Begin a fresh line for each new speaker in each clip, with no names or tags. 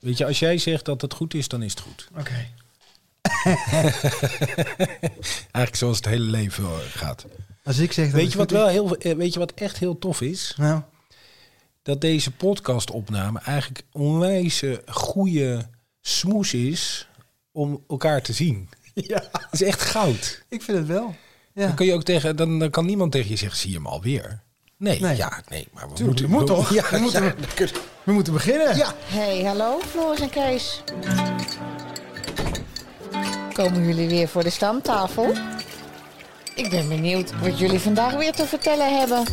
Weet je, als jij zegt dat het goed is, dan is het goed.
Oké.
Eigenlijk zoals het hele leven eh, gaat.
Als ik zeg dat
Weet
het
je, wat
goed
wel heel, eh, weet je wat echt heel tof is?
is- Nou,
Dat deze podcastopname eigenlijk onwijze goede smoes is om elkaar te zien.
ja,
Het is echt goud.
ik vind het wel.
Dan
Ja.
kun je ook tegen, dan, dan kan niemand tegen je zeggen, zie je hem alweer. Nee,
Nee.
ja, nee, maar we
Tuurlijk,
moeten...
je moet
we-
toch?
Ja,
We moeten-
ja, dat kun-
We moeten beginnen.
Ja.
Hey, hallo, Floris en Kees. Komen jullie weer voor de stamtafel? Ik ben benieuwd wat jullie vandaag weer te vertellen hebben.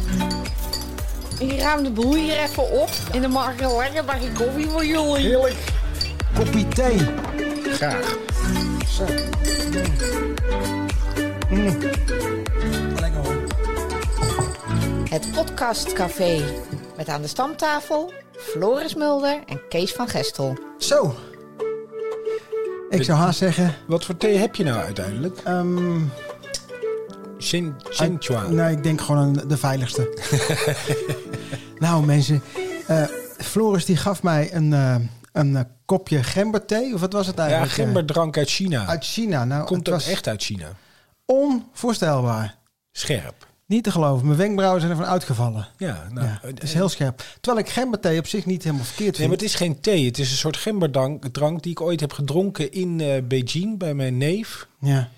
Ik ruim de boel hier even op. En dan mag ik een lekker bakje koffie voor jullie.
Heerlijk. Koppie thee.
graag.
Lekker hoor.
Het podcastcafé. Met aan de stamtafel Floris Mulder en Kees van Gestel.
Zo. Ik zou haast zeggen...
Wat voor thee heb je nou uiteindelijk?
ehm,
Xin, Xinchua.
Nou, ik denk gewoon aan de veiligste. nou, mensen. eh, Floris die gaf mij een, eh, een eh, kopje gemberthee. Of wat was het
ja,
eigenlijk?
gimberdrank uit China.
Eh, Uit China. Nou,
Komt
het
ook
was
echt uit China.
onvoorstelbaar.
Scherp.
Niet te geloven. Mijn wenkbrauwen zijn ervan uitgevallen.
Ja, nou,
ja,
eh,
het is heel scherp. Terwijl ik gemberthee op zich niet helemaal verkeerd
Nee,
vind.
maar het is geen thee. Het is een soort gimberdrank die ik ooit heb gedronken in eh, Beijing bij mijn neef.
Ja.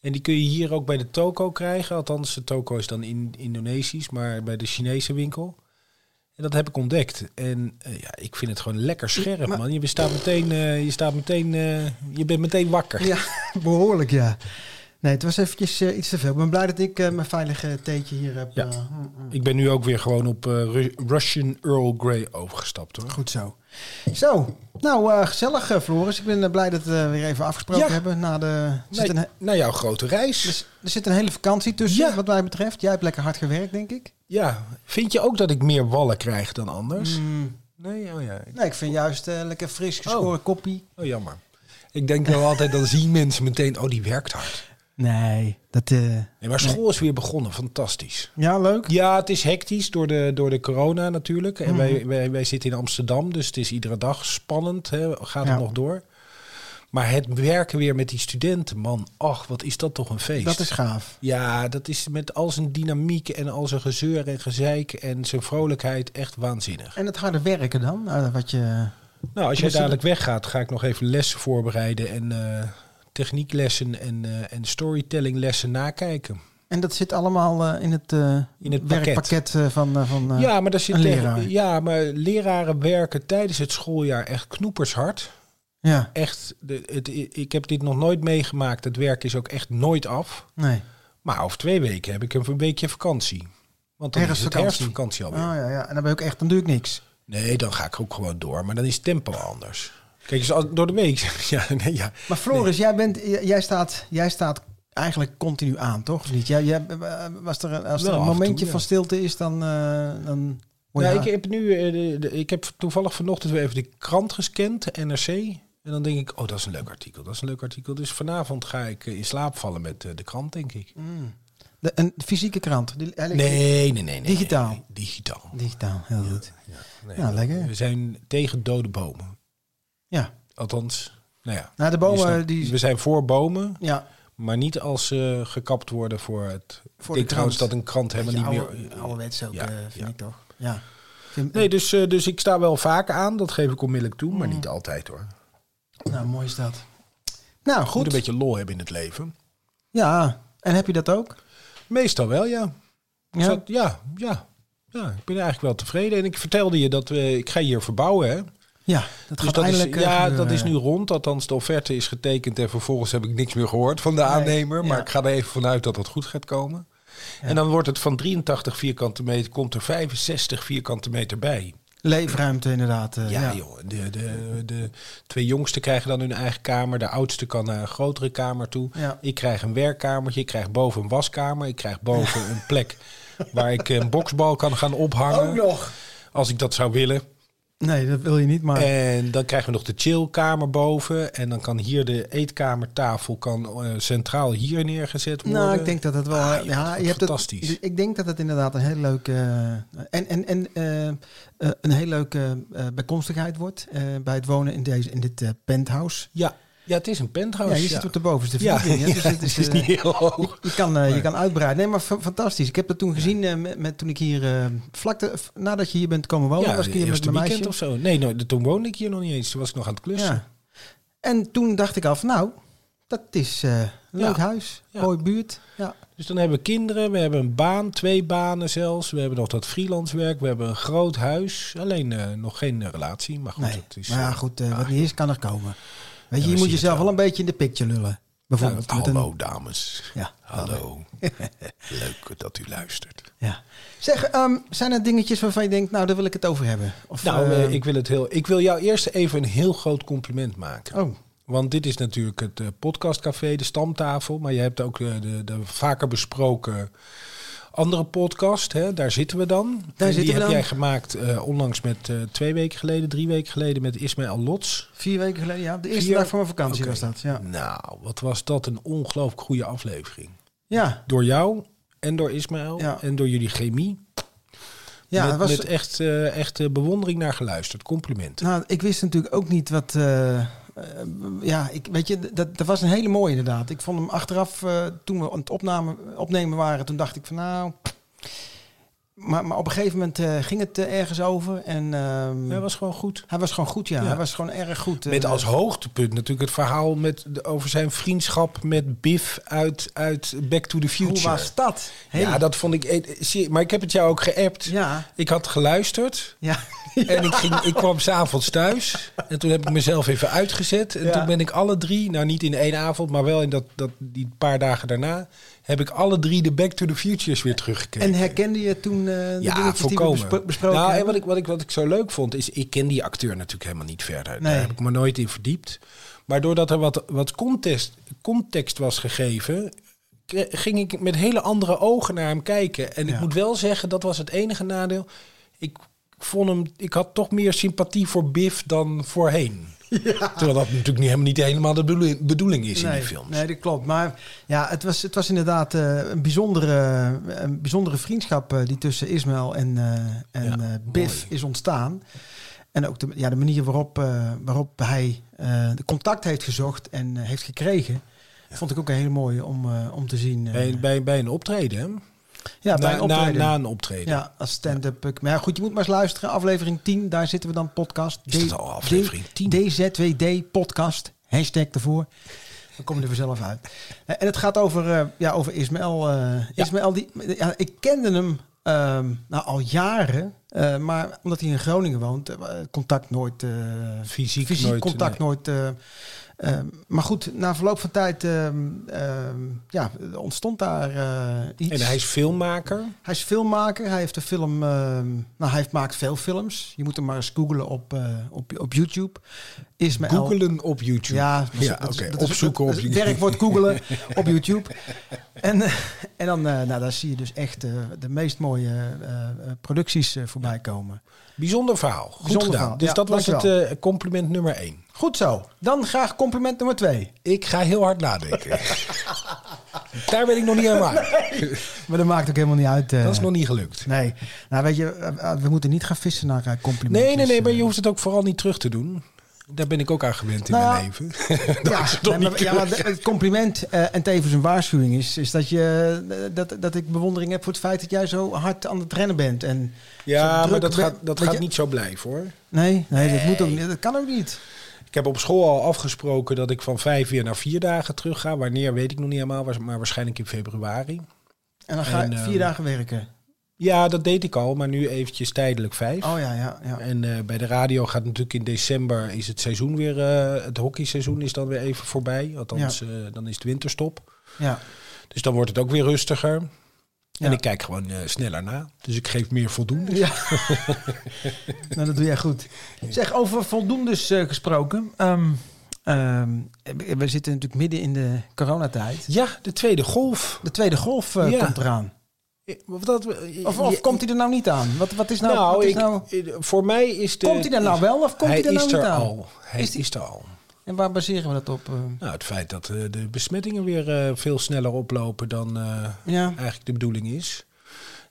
En die kun je hier ook bij de toko krijgen. Althans, de toko is dan in Indonesisch, maar bij de Chinese winkel. En dat heb ik ontdekt. En eh, ja, ik vind het gewoon lekker scherp,
Maar-
man. Je staat meteen, eh, je staat meteen, eh, je bent meteen wakker.
ja, behoorlijk ja. Nee, het was eventjes eh, iets te veel. Ik ben blij dat ik eh, mijn veilige theetje hier heb.
Ja.
eh, mm, mm.
Ik ben nu ook weer gewoon op eh, Ru- Russian Earl Grey overgestapt, hoor.
Goed zo. Zo, nou eh, gezellig eh, Floris. Ik ben eh, blij dat we weer even afgesproken
Ja.
hebben. Na de, er, zit
Nee,
een, he-
naar jouw grote reis.
er, s- er zit een hele vakantie tussen,
Ja.
wat mij betreft. Jij hebt lekker hard gewerkt, denk ik.
Ja, vind je ook dat ik meer wallen krijg dan anders?
Mm.
Nee, oh ja. ik-
Nee, ik vind juist eh, lekker fris gescoren koppie.
Oh, jammer. Ik denk wel altijd, dan zien mensen meteen, oh, die werkt hard.
Nee, dat... eh,
Nee, maar school is weer begonnen, fantastisch.
Ja, leuk.
Ja, het is hectisch door de, door de corona natuurlijk. En wij, wij, wij zitten in Amsterdam, dus het is iedere dag spannend. Hè. Gaat
Ja.
het nog door? Maar het werken weer met die studenten, man. Ach, wat is dat toch een feest.
Dat is gaaf.
Ja, dat is met al zijn dynamiek en al zijn gezeur en gezeik en zijn vrolijkheid echt waanzinnig.
En het harde werken dan? eh, wat je...
Nou, als jij
Moesten
dadelijk weggaat, ga ik nog even lessen voorbereiden en eh, technieklessen en, eh, en storytellinglessen nakijken.
En dat zit allemaal eh, in het, eh,
In het pakket.
werkpakket eh, van... eh, van eh,
Ja, maar daar zit
een
tegen-
leraar.
ja, maar leraren werken tijdens het schooljaar echt knoepershard.
ja,
Echt, de, het, ik heb dit nog nooit meegemaakt. Het werk is ook echt nooit af.
nee.
Maar over twee weken heb ik een weekje vakantie. Want dan is het
Herfstvakantie.
herfstvakantie
Oh
alweer.
ja, ja. En dan ben ik echt, dan doe ik niks.
Nee, dan ga ik ook gewoon door. Maar dan is het tempo anders. Kijk, dus als- door de week. ja, nee, ja.
Maar Floris, jij, bent, j- jij, staat, jij staat eigenlijk continu aan, toch? Of niet? Jij, jij, eh, was er, een- als er
Wel,
een
af en toe,
momentje
ja.
van stilte is, dan... eh, dan word je
Nou,
aan-
ik heb nu, eh, de- de- ik heb toevallig vanochtend weer even de krant gescand, de NRC. En dan denk ik, oh, dat is een leuk artikel. Dat is een leuk artikel. Dus vanavond ga ik eh, in slaap vallen met eh, de krant, denk ik.
Mm. De, een fysieke krant. Die- hij ligt-
Nee, nee, nee. nee,
Digitaal.
nee, nee, digitaal.
Digitaal, heel goed.
Nee,
Ja, lekker.
We zijn tegen dode bomen.
Ja.
Althans, nou ja.
Nou, de
je
bomen,
snapt.
die...
We zijn voor bomen,
Ja,
maar niet als ze gekapt worden voor het...
Voor
Voor
de
ik trouwens
krant.
dat een krant helemaal
die
niet
oude,
meer...
ouderwets ook,
Ja,
eh, vind
ja.
ik toch. Ja. Vind-
Nee, dus, eh, dus ik sta wel vaak aan. Dat geef ik onmiddellijk toe,
Mm.
maar niet altijd hoor.
Nou, mooi is dat. Nou,
Goed. Moet
goed.
een beetje lol hebben in het leven.
Ja, en heb je dat ook?
Meestal wel, ja.
Ja?
Zat- ja, ja. Ja, ik ben eigenlijk wel tevreden. En ik vertelde je dat we, ik ga hier verbouwen, hè?
Ja, dat
Dus
gaat
dat is,
eindelijk... eh,
ja,
gebeuren.
dat is nu rond. Althans, de offerte is getekend en vervolgens heb ik niks meer gehoord van de aannemer. Maar
ja.
ik ga er even vanuit dat het goed gaat komen. En dan wordt het van 83 vierkante meter, komt er 65 vierkante meter bij.
Leefruimte inderdaad. eh,
Ja,
ja.
joh. De, de, de twee jongsten krijgen dan hun eigen kamer. De oudste kan naar een grotere kamer toe.
Ja.
Ik krijg een werkkamertje. Ik krijg boven een waskamer. Ik krijg boven een plek waar ik een boksbal kan gaan ophangen.
nog. Ah.
Als ik dat zou willen.
Nee, dat wil je niet, maar...
En dan krijgen we nog de chillkamer boven. En dan kan hier de eetkamertafel kan, eh, centraal hier neergezet worden.
Nou, ik denk dat het wel.
Ah, joh,
ja,
dat
je
wordt
hebt
fantastisch.
Het, ik denk dat het inderdaad een heel leuk eh, en, en, en eh, eh, een heel leuke eh, bijkomstigheid wordt eh, bij het wonen in deze in dit eh, penthouse.
Ja, ja het is een penthouse.
ja, je
Oh, ja.
zit op de bovenste
Ja,
verdieping. hè, dus
ja,
het is, eh,
niet heel hoog.
je kan, eh, je kan uitbreiden. Nee, maar fa- fantastisch. Ik heb dat toen gezien eh, met, met, toen ik hier eh, vlak de- f- nadat je hier bent komen wonen.
ja,
was ik
het
hier met
eerste
mijn
weekend
meisje.
of zo. Nee, nou, de- toen woonde ik hier nog niet eens. Toen was ik nog aan het klussen.
Ja. Dus En toen dacht ik al van nou, dat is eh, een leuk
Ja.
huis,
Ja.
mooie buurt. Ja.
Dus dan hebben we kinderen, we hebben een baan, twee banen zelfs. We hebben nog dat freelance werk, we hebben een groot huis. Alleen eh, nog geen eh, relatie, maar goed.
Nee,
het is,
maar ja,
eh,
goed, eh, wat niet is, kan er komen. Weet
Ja,
je, je
we zien
moet
het
jezelf
wel.
wel een beetje in de picture lullen.
nou,
Bijvoorbeeld. met een-
hallo dames,
ja,
hallo. Leuk dat u luistert.
ja. Zeg, ehm, zijn er dingetjes waarvan je denkt, nou, daar wil ik het over hebben? Of,
Nou,
eh,
eh, ik, wil het heel, ik wil jou eerst even een heel groot compliment maken.
Oh,
Want dit is natuurlijk het eh, podcastcafé, de stamtafel. Maar je hebt ook eh, de, de vaker besproken andere podcast. Hè? Daar zitten we dan. En die
zitten we
heb
dan.
jij gemaakt eh, onlangs met eh, twee weken geleden, drie weken geleden met Ismaël Lots.
vier weken geleden, ja. De eerste
Vier-
dag van mijn vakantie
Oké.
was dat, ja.
Nou, wat was dat een ongelooflijk goede aflevering.
Ja,
Door jou en door Ismaël
Ja.
en door jullie chemie.
ja
met,
het was,
met echt, eh, echt eh, bewondering naar geluisterd. Complimenten.
nou, ik wist natuurlijk ook niet wat... eh, eh, ja, ik, weet je, dat, dat was een hele mooie inderdaad. Ik vond hem achteraf, eh, toen we aan het opname, opnemen waren, toen dacht ik van nou... Maar, maar op een gegeven moment eh, ging het eh, ergens over en... ehm,
Hij was gewoon goed.
Hij was gewoon goed, ja.
Ja.
Hij was gewoon erg goed.
Met
Eh,
als hoogtepunt natuurlijk het verhaal met, de- over zijn vriendschap met Biff uit, uit Back to the
Hoe
Future.
was dat? Hey.
Ja, dat vond ik. eh, zie- Maar ik heb het jou ook geappt.
Ja,
Ik had geluisterd
ja.
en ik, ging, ik kwam s'avonds thuis. En toen heb ik mezelf even uitgezet. En
Ja.
toen ben ik alle drie, nou niet in één avond, maar wel in dat, dat, die paar dagen daarna, heb ik alle drie de Back to the Futures weer teruggekeken.
En herkende je toen eh de
ja,
dingetjes
voorkomen.
die we bespro- besproken
nou, en
hebben?
wat ik, wat, ik, wat ik zo leuk vond, is ik ken die acteur natuurlijk helemaal niet verder.
Nee.
Daar heb ik me nooit in verdiept. Maar doordat er wat, wat context, context was gegeven, kre- ging ik met hele andere ogen naar hem kijken. En
Ja.
ik moet wel zeggen, dat was het enige nadeel. Ik vond hem, ik had toch meer sympathie voor Biff dan voorheen. Terwijl dat natuurlijk niet, helemaal, niet helemaal de bedoeling- bedoeling is in
nee,
die films.
nee, dat klopt. Maar ja, het was, het was inderdaad eh, een, bijzondere, eh, een bijzondere vriendschap eh, die tussen Ismaël en, eh, en
Ja,
eh, Biff
mooi.
is ontstaan. En ook de, ja, de manier waarop, eh, waarop hij eh, de contact heeft gezocht en eh, heeft gekregen, vond ik ook een hele mooie om, eh, om te zien. eh.
Bij, bij, bij een optreden, hè?
ja, bij
na,
een
na-
optreden.
Na, een optreden.
Ja, als stand-up. eh, Maar ja, goed, je moet maar eens luisteren. Aflevering 10, daar zitten we dan podcast.
Is dat al aflevering 10?
DZWD podcast. Hashtag ervoor. Dan komen we er vanzelf uit. Eh, En het gaat over, eh, ja, over Ismaël. eh
Ja.
Ismaël, die, ja, ik kende hem ehm, nou, al jaren. eh, maar omdat hij in Groningen woont, eh, contact nooit... eh,
Fysiek,
fysiek
nooit,
contact
nee.
nooit... eh, ehm, maar goed, na verloop van tijd ehm, ehm, ja, ontstond daar eh, iets.
En hij is filmmaker.
Hij is filmmaker. Hij heeft de film. ehm, nou, hij heeft- maakt veel films. Je moet hem maar eens googelen op, eh, op, op YouTube. Ismaël.
Googelen op YouTube.
Ja, dat is-
Ja,
dat is-
oké.
dat is-
Opzoeken
dat
op
is-
YouTube.
Werkwoord googelen op YouTube. En, eh, en dan, eh, nou, daar zie je dus echt eh, de meest mooie eh, eh, producties eh, voorbij komen.
Bijzonder verhaal. Goed
Bijzonder
gedaan.
verhaal.
Dus
Ja,
dat was het
dankjewel.
eh, compliment nummer één.
Goed zo. Dan graag compliment nummer twee.
Ik ga heel hard nadenken. Daar ben ik nog niet helemaal.
Maar dat maakt ook helemaal niet uit. eh.
Dat is nog niet gelukt.
Nee. Nou, weet je, eh, eh, we moeten niet gaan vissen naar eh, complimenten.
Nee, nee, nee, maar je hoeft het ook vooral niet terug te doen. Daar ben ik ook aan gewend in
Nou ja,
mijn leven. Dat
ja,
is toch
nee,
niet
maar, ja, maar de- het compliment eh, en tevens een waarschuwing is, is dat, je, eh, dat, dat ik bewondering heb voor het feit dat jij zo hard aan het rennen bent. En zo
ja,
druk
maar dat
ben-
gaat, dat
weet
gaat
je-
niet zo blijven hoor.
Nee, nee, Dat, moet ook, niet- dat kan ook niet.
Ik heb op school al afgesproken dat ik van vijf weer naar vier dagen terug ga. Wanneer weet ik nog niet helemaal, wa- maar waarschijnlijk in februari.
En dan ga
En,
je vier
ehm,
dagen werken.
Ja, dat deed ik al, maar nu eventjes tijdelijk vijf.
Oh ja, ja, ja.
En eh, bij de radio gaat natuurlijk in december is het seizoen weer, eh, het hockeyseizoen is dan weer even voorbij. Althans, eh, dan is het winterstop.
ja.
Dus dan wordt het ook weer rustiger.
Ja.
En ik kijk gewoon eh, sneller na. Dus ik geef meer voldoende.
Ja. nou, dat doe jij goed. Zeg, over voldoendes eh, gesproken. Ehm, ehm, we zitten natuurlijk midden in de coronatijd.
Ja, de tweede golf.
De tweede golf eh,
Ja.
komt eraan.
Of, dat,
Eh, Of, of
Eh, je-
komt hij er nou niet aan? Wat, wat is nou...
nou,
wat is
ik,
nou
voor mij is de...
komt hij er nou wel of komt hij,
hij
er nou
is
niet
er
aan?
al. Hij
Is
is,
die-
er al.
En waar baseren we dat op? eh?
Nou, het feit dat eh, de besmettingen weer eh, veel sneller oplopen dan eh,
ja. Maar
eigenlijk de bedoeling is.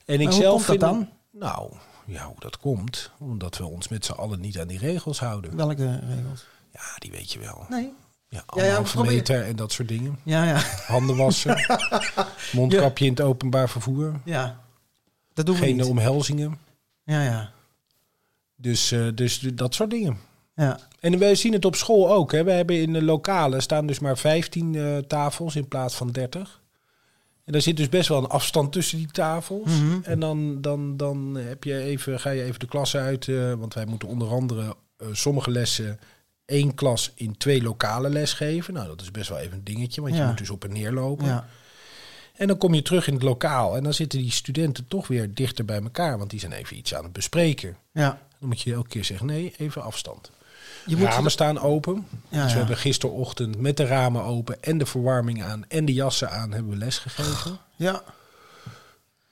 En ik
hoe
zelf
komt dat
vind-
dan?
Nou, ja, hoe dat komt. Omdat we ons met z'n allen niet aan die regels houden.
Welke regels?
Ja, die weet je wel.
Nee.
Ja,
Ja, ja,
anderhalve
probeer-
meter en dat soort dingen.
Ja, ja.
Handen wassen. mondkapje in het openbaar vervoer.
ja. Dat doen we
Geen
niet.
omhelzingen.
Ja, ja.
Dus, eh, dus d- dat soort dingen.
Ja.
En we zien het op school ook. Hè. We hebben in de lokalen staan dus maar 15 eh, tafels in plaats van 30. En daar zit dus best wel een afstand tussen die tafels.
Mhm.
En dan, dan, dan heb je even, ga je even de klas uit. eh, want wij moeten onder andere eh, sommige lessen één klas in twee lokale les geven. Nou, dat is best wel even een dingetje, want je
Ja.
moet dus op en neer lopen.
ja.
En dan kom je terug in het lokaal. En dan zitten die studenten toch weer dichter bij elkaar. Want die zijn even iets aan het bespreken.
ja.
Dan moet je elke keer zeggen, nee, even afstand.
Je
De
moet...
ramen staan open.
Ja,
dus we
ja.
hebben gisterochtend met de ramen open en de verwarming aan en de jassen aan hebben we lesgegeven.
Ja.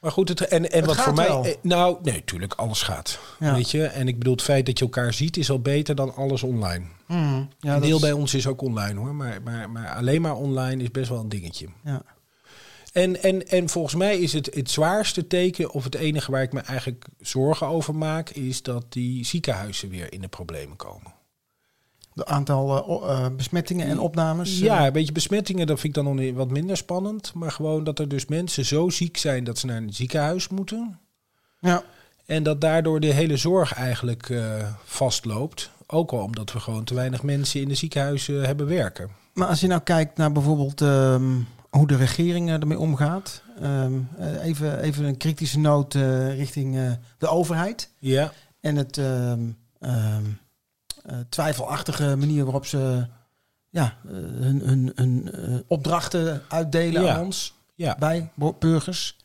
Maar goed, het, en, en
Het
wat
gaat
voor mij.
wel.
eh, Nou, nee, tuurlijk, alles gaat.
Ja.
Weet je, en ik bedoel, het feit dat je elkaar ziet is al beter dan alles online.
Mhm. ja
een
dat
deel
is-
bij ons is ook online hoor, maar, maar, maar alleen maar online is best wel een dingetje.
Ja.
En, en, en volgens mij is het, het zwaarste teken, of het enige waar ik me eigenlijk zorgen over maak, is dat die ziekenhuizen weer in de problemen komen.
De aantal eh, o- eh, besmettingen en opnames. eh,
Ja, een beetje besmettingen, dat vind ik dan nog niet- wat minder spannend. Maar gewoon dat er dus mensen zo ziek zijn dat ze naar een ziekenhuis moeten.
ja.
En dat daardoor de hele zorg eigenlijk eh, vastloopt. Ook al omdat we gewoon te weinig mensen in de ziekenhuizen eh, hebben werken.
Maar als je nou kijkt naar bijvoorbeeld ehm, hoe de regering eh, ermee omgaat. ehm, eh, even, even een kritische noot eh, richting eh, de overheid.
Ja,
En het ehm, ehm, eh, twijfelachtige manier waarop ze ja, eh, hun, hun, hun eh, opdrachten uitdelen
Ja.
aan ons.
Ja.
Bij bo- burgers.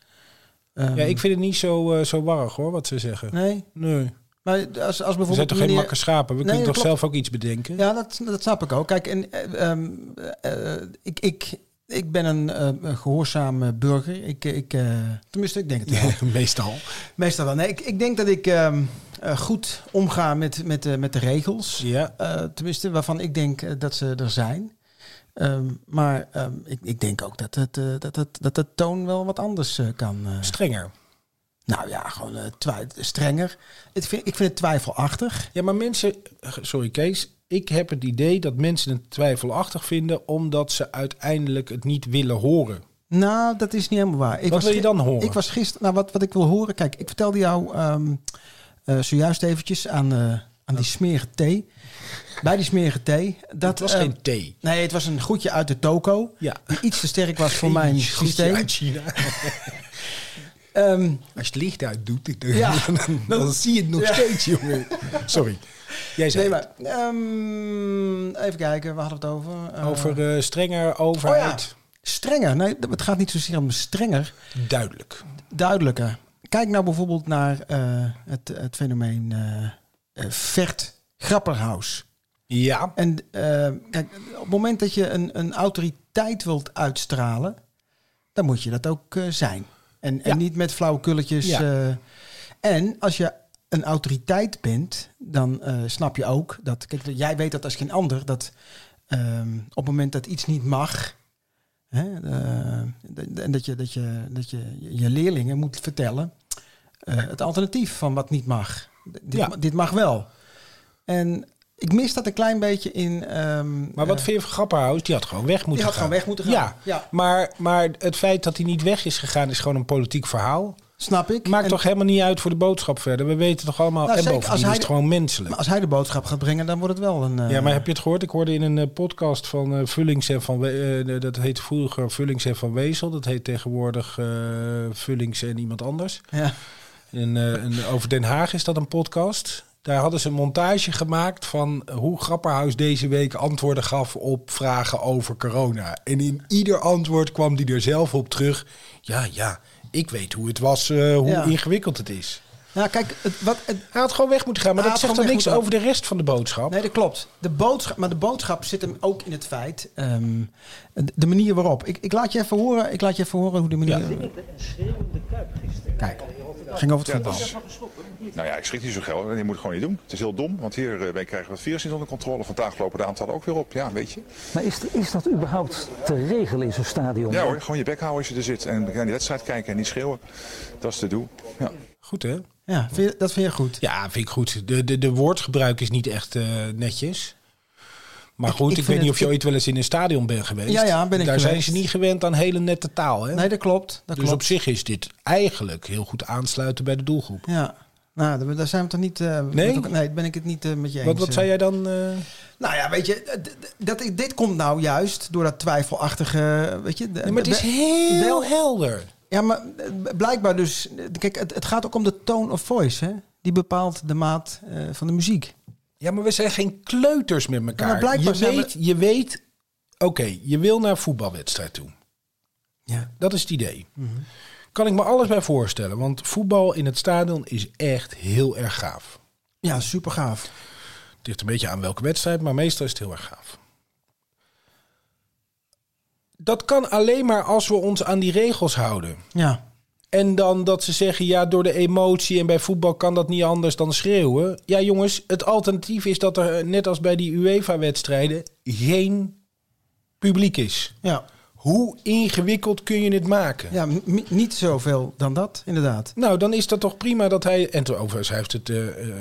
Ehm,
ja ik vind het niet zo, eh, zo warrig hoor, wat ze zeggen.
Nee,
Nee,
maar als, als
we zijn
bijvoorbeeld
toch geen
meneer-
makke schapen? We
Nee,
kunnen
dat
toch
klopt.
zelf ook iets bedenken?
Ja, dat, dat snap ik ook. Kijk, en, eh, ehm, eh, ik, ik, ik ben een eh, gehoorzaam eh, burger. Ik, ik, eh, tenminste, ik denk het wel.
meestal.
Meestal wel. Nee, ik, ik denk dat ik ehm, eh, goed omga met, met, eh, met de regels.
Ja,
Eh, tenminste, waarvan ik denk eh, dat ze er zijn. Ehm, maar ehm, ik, ik denk ook dat het, eh, dat, het, dat het toon wel wat anders eh, kan. eh.
strenger.
nou ja, gewoon eh, twi- strenger. Het vind, ik vind het twijfelachtig.
Ja, maar mensen, sorry Kees, ik heb het idee dat mensen het twijfelachtig vinden omdat ze uiteindelijk het niet willen horen.
Nou, dat is niet helemaal waar. Ik
Wat
was
wil je
ge-
dan horen?
Ik was gisteren, nou wat, wat ik wil horen, kijk, ik vertelde jou ehm, eh, zojuist eventjes aan, eh, aan die smerige thee. Bij die smerige thee. Dat
het was
eh,
geen thee.
Nee, het was een goedje uit de toko.
Ja.
Die iets te sterk was voor
Geen
mijn
groetje
systeem.
uit China.
Ehm,
Als je het licht uitdoet, dan,
Ja.
dan, dan zie je het nog
Ja.
steeds, jongen. Sorry. Jij zei
nee,
het.
maar ehm, even kijken, waar hadden we het over? Eh,
over eh, strenger overheid.
strenger. Nee, het gaat niet zozeer om strenger,
Duidelijk.
duidelijker. Kijk nou bijvoorbeeld naar eh, het, het fenomeen eh, eh, Vert Grapperhaus.
Ja.
En eh, kijk, op het moment dat je een, een autoriteit wilt uitstralen, dan moet je dat ook eh, zijn. En,
Ja.
en niet met flauwekulletjes.
Ja.
eh. en als je een autoriteit bent, dan eh, snap je ook dat. Kijk, jij weet dat als geen ander dat ehm, op het moment dat iets niet mag. Hè, eh, d- d- en dat je, dat, je, dat je je leerlingen moet vertellen eh, het alternatief van wat niet mag. D- Dit,
Ja.
ma- dit mag wel. En ik mis dat een klein beetje in. ehm,
Maar wat
eh,
vind je van Grapperhaus? Die had gewoon weg
die
moeten
had
gaan.
gewoon weg moeten gaan.
Ja. Maar, maar het feit dat hij niet weg is gegaan is gewoon een politiek verhaal.
snap ik.
Maakt
En-
toch helemaal niet uit voor de boodschap verder. We weten toch allemaal,
Nou,
en
zeker,
bovendien
als
is
hij-
het gewoon menselijk.
Maar als hij de boodschap gaat brengen, dan wordt het wel een. eh,
Ja, maar heb je het gehoord? Ik hoorde in een eh, podcast van eh, Vullings en van We- eh, dat heet vroeger Vullings en van Wezel. Dat heet tegenwoordig eh, Vullings en iemand anders.
ja.
En, eh, en over Den Haag is dat een podcast. Daar hadden ze een montage gemaakt van hoe Grapperhaus deze week antwoorden gaf op vragen over corona. En in ieder antwoord kwam die er zelf op terug. Ja, ja, ik weet hoe het was, eh, hoe
Ja.
ingewikkeld het is.
Nou, kijk, het, wat, het-
Hij had gewoon weg moeten gaan, maar
Hij
dat
had
zegt dan
gewoon weg
niks over
moeten
de rest van de boodschap.
nee, dat klopt. De boodschap, maar de boodschap zit hem ook in het feit. ehm, de manier waarop. Ik, ik, laat je even horen, ik laat je even horen hoe de manier.
Een schreeuwende kuif.
Kijk, ging over het voetbal.
Nou ja, ik schrik niet zo gauw. En je moet het gewoon niet doen. Het is heel dom, want hier eh, wij krijgen we het virus niet onder controle. Vandaag lopen de aantallen ook weer op. Ja, weet je.
Maar is, is dat überhaupt te regelen in zo'n stadion?
Ja hoor, gewoon je bek houden als je er zit. En naar die wedstrijd kijken en niet schreeuwen. Dat is te doen. Ja.
Goed hè?
Ja, vind je- dat vind je goed.
Ja, vind ik goed. De, de, de woordgebruik is niet echt eh, netjes. Maar goed,
ik
ik,
vind
weet niet
het-
of je ooit wel eens in een stadion bent geweest.
Ja, ja, ben ik
Daar zijn
geweest.
ze niet gewend aan hele nette taal. Hè?
Nee, dat klopt. Dat
dus
klopt.
op zich is dit eigenlijk heel goed aansluiten bij de doelgroep.
Ja. Nou, daar- daar zijn we toch niet... eh,
Nee?
met elkaar- nee, daar ben ik het niet eh, met je eens.
Wat, wat
eh.
zei jij dan? eh?
Nou ja, weet je, d- d- dat, dit komt nou juist door dat twijfelachtige... eh, Weet je, de-
Nee, maar het is
de-
heel
wel-
helder.
Ja, maar eh, blijkbaar dus... Kijk, het, het gaat ook om de tone of voice, hè? Die bepaalt de maat eh, van de muziek.
Ja, maar we zijn geen kleuters met elkaar.
Ja, maar blijkbaar
je,
zijn we-
weet, je weet, oké, je wil naar een voetbalwedstrijd toe.
Ja.
Dat is het idee. Kan ik me alles bij voorstellen, want voetbal in het stadion is echt heel erg gaaf.
Ja, super gaaf.
Het ligt een beetje aan welke wedstrijd, maar meestal is het heel erg gaaf. Dat kan alleen maar als we ons aan die regels houden.
Ja.
En dan dat ze zeggen, ja, door de emotie en bij voetbal kan dat niet anders dan schreeuwen. Ja, jongens, het alternatief is dat er, eh, net als bij die UEFA-wedstrijden, geen publiek is.
Ja,
Hoe ingewikkeld kun je het maken?
ja m- m- niet zoveel dan dat, inderdaad.
Nou, dan is dat toch prima dat hij. En toen, overigens, hij heeft het eh, eh,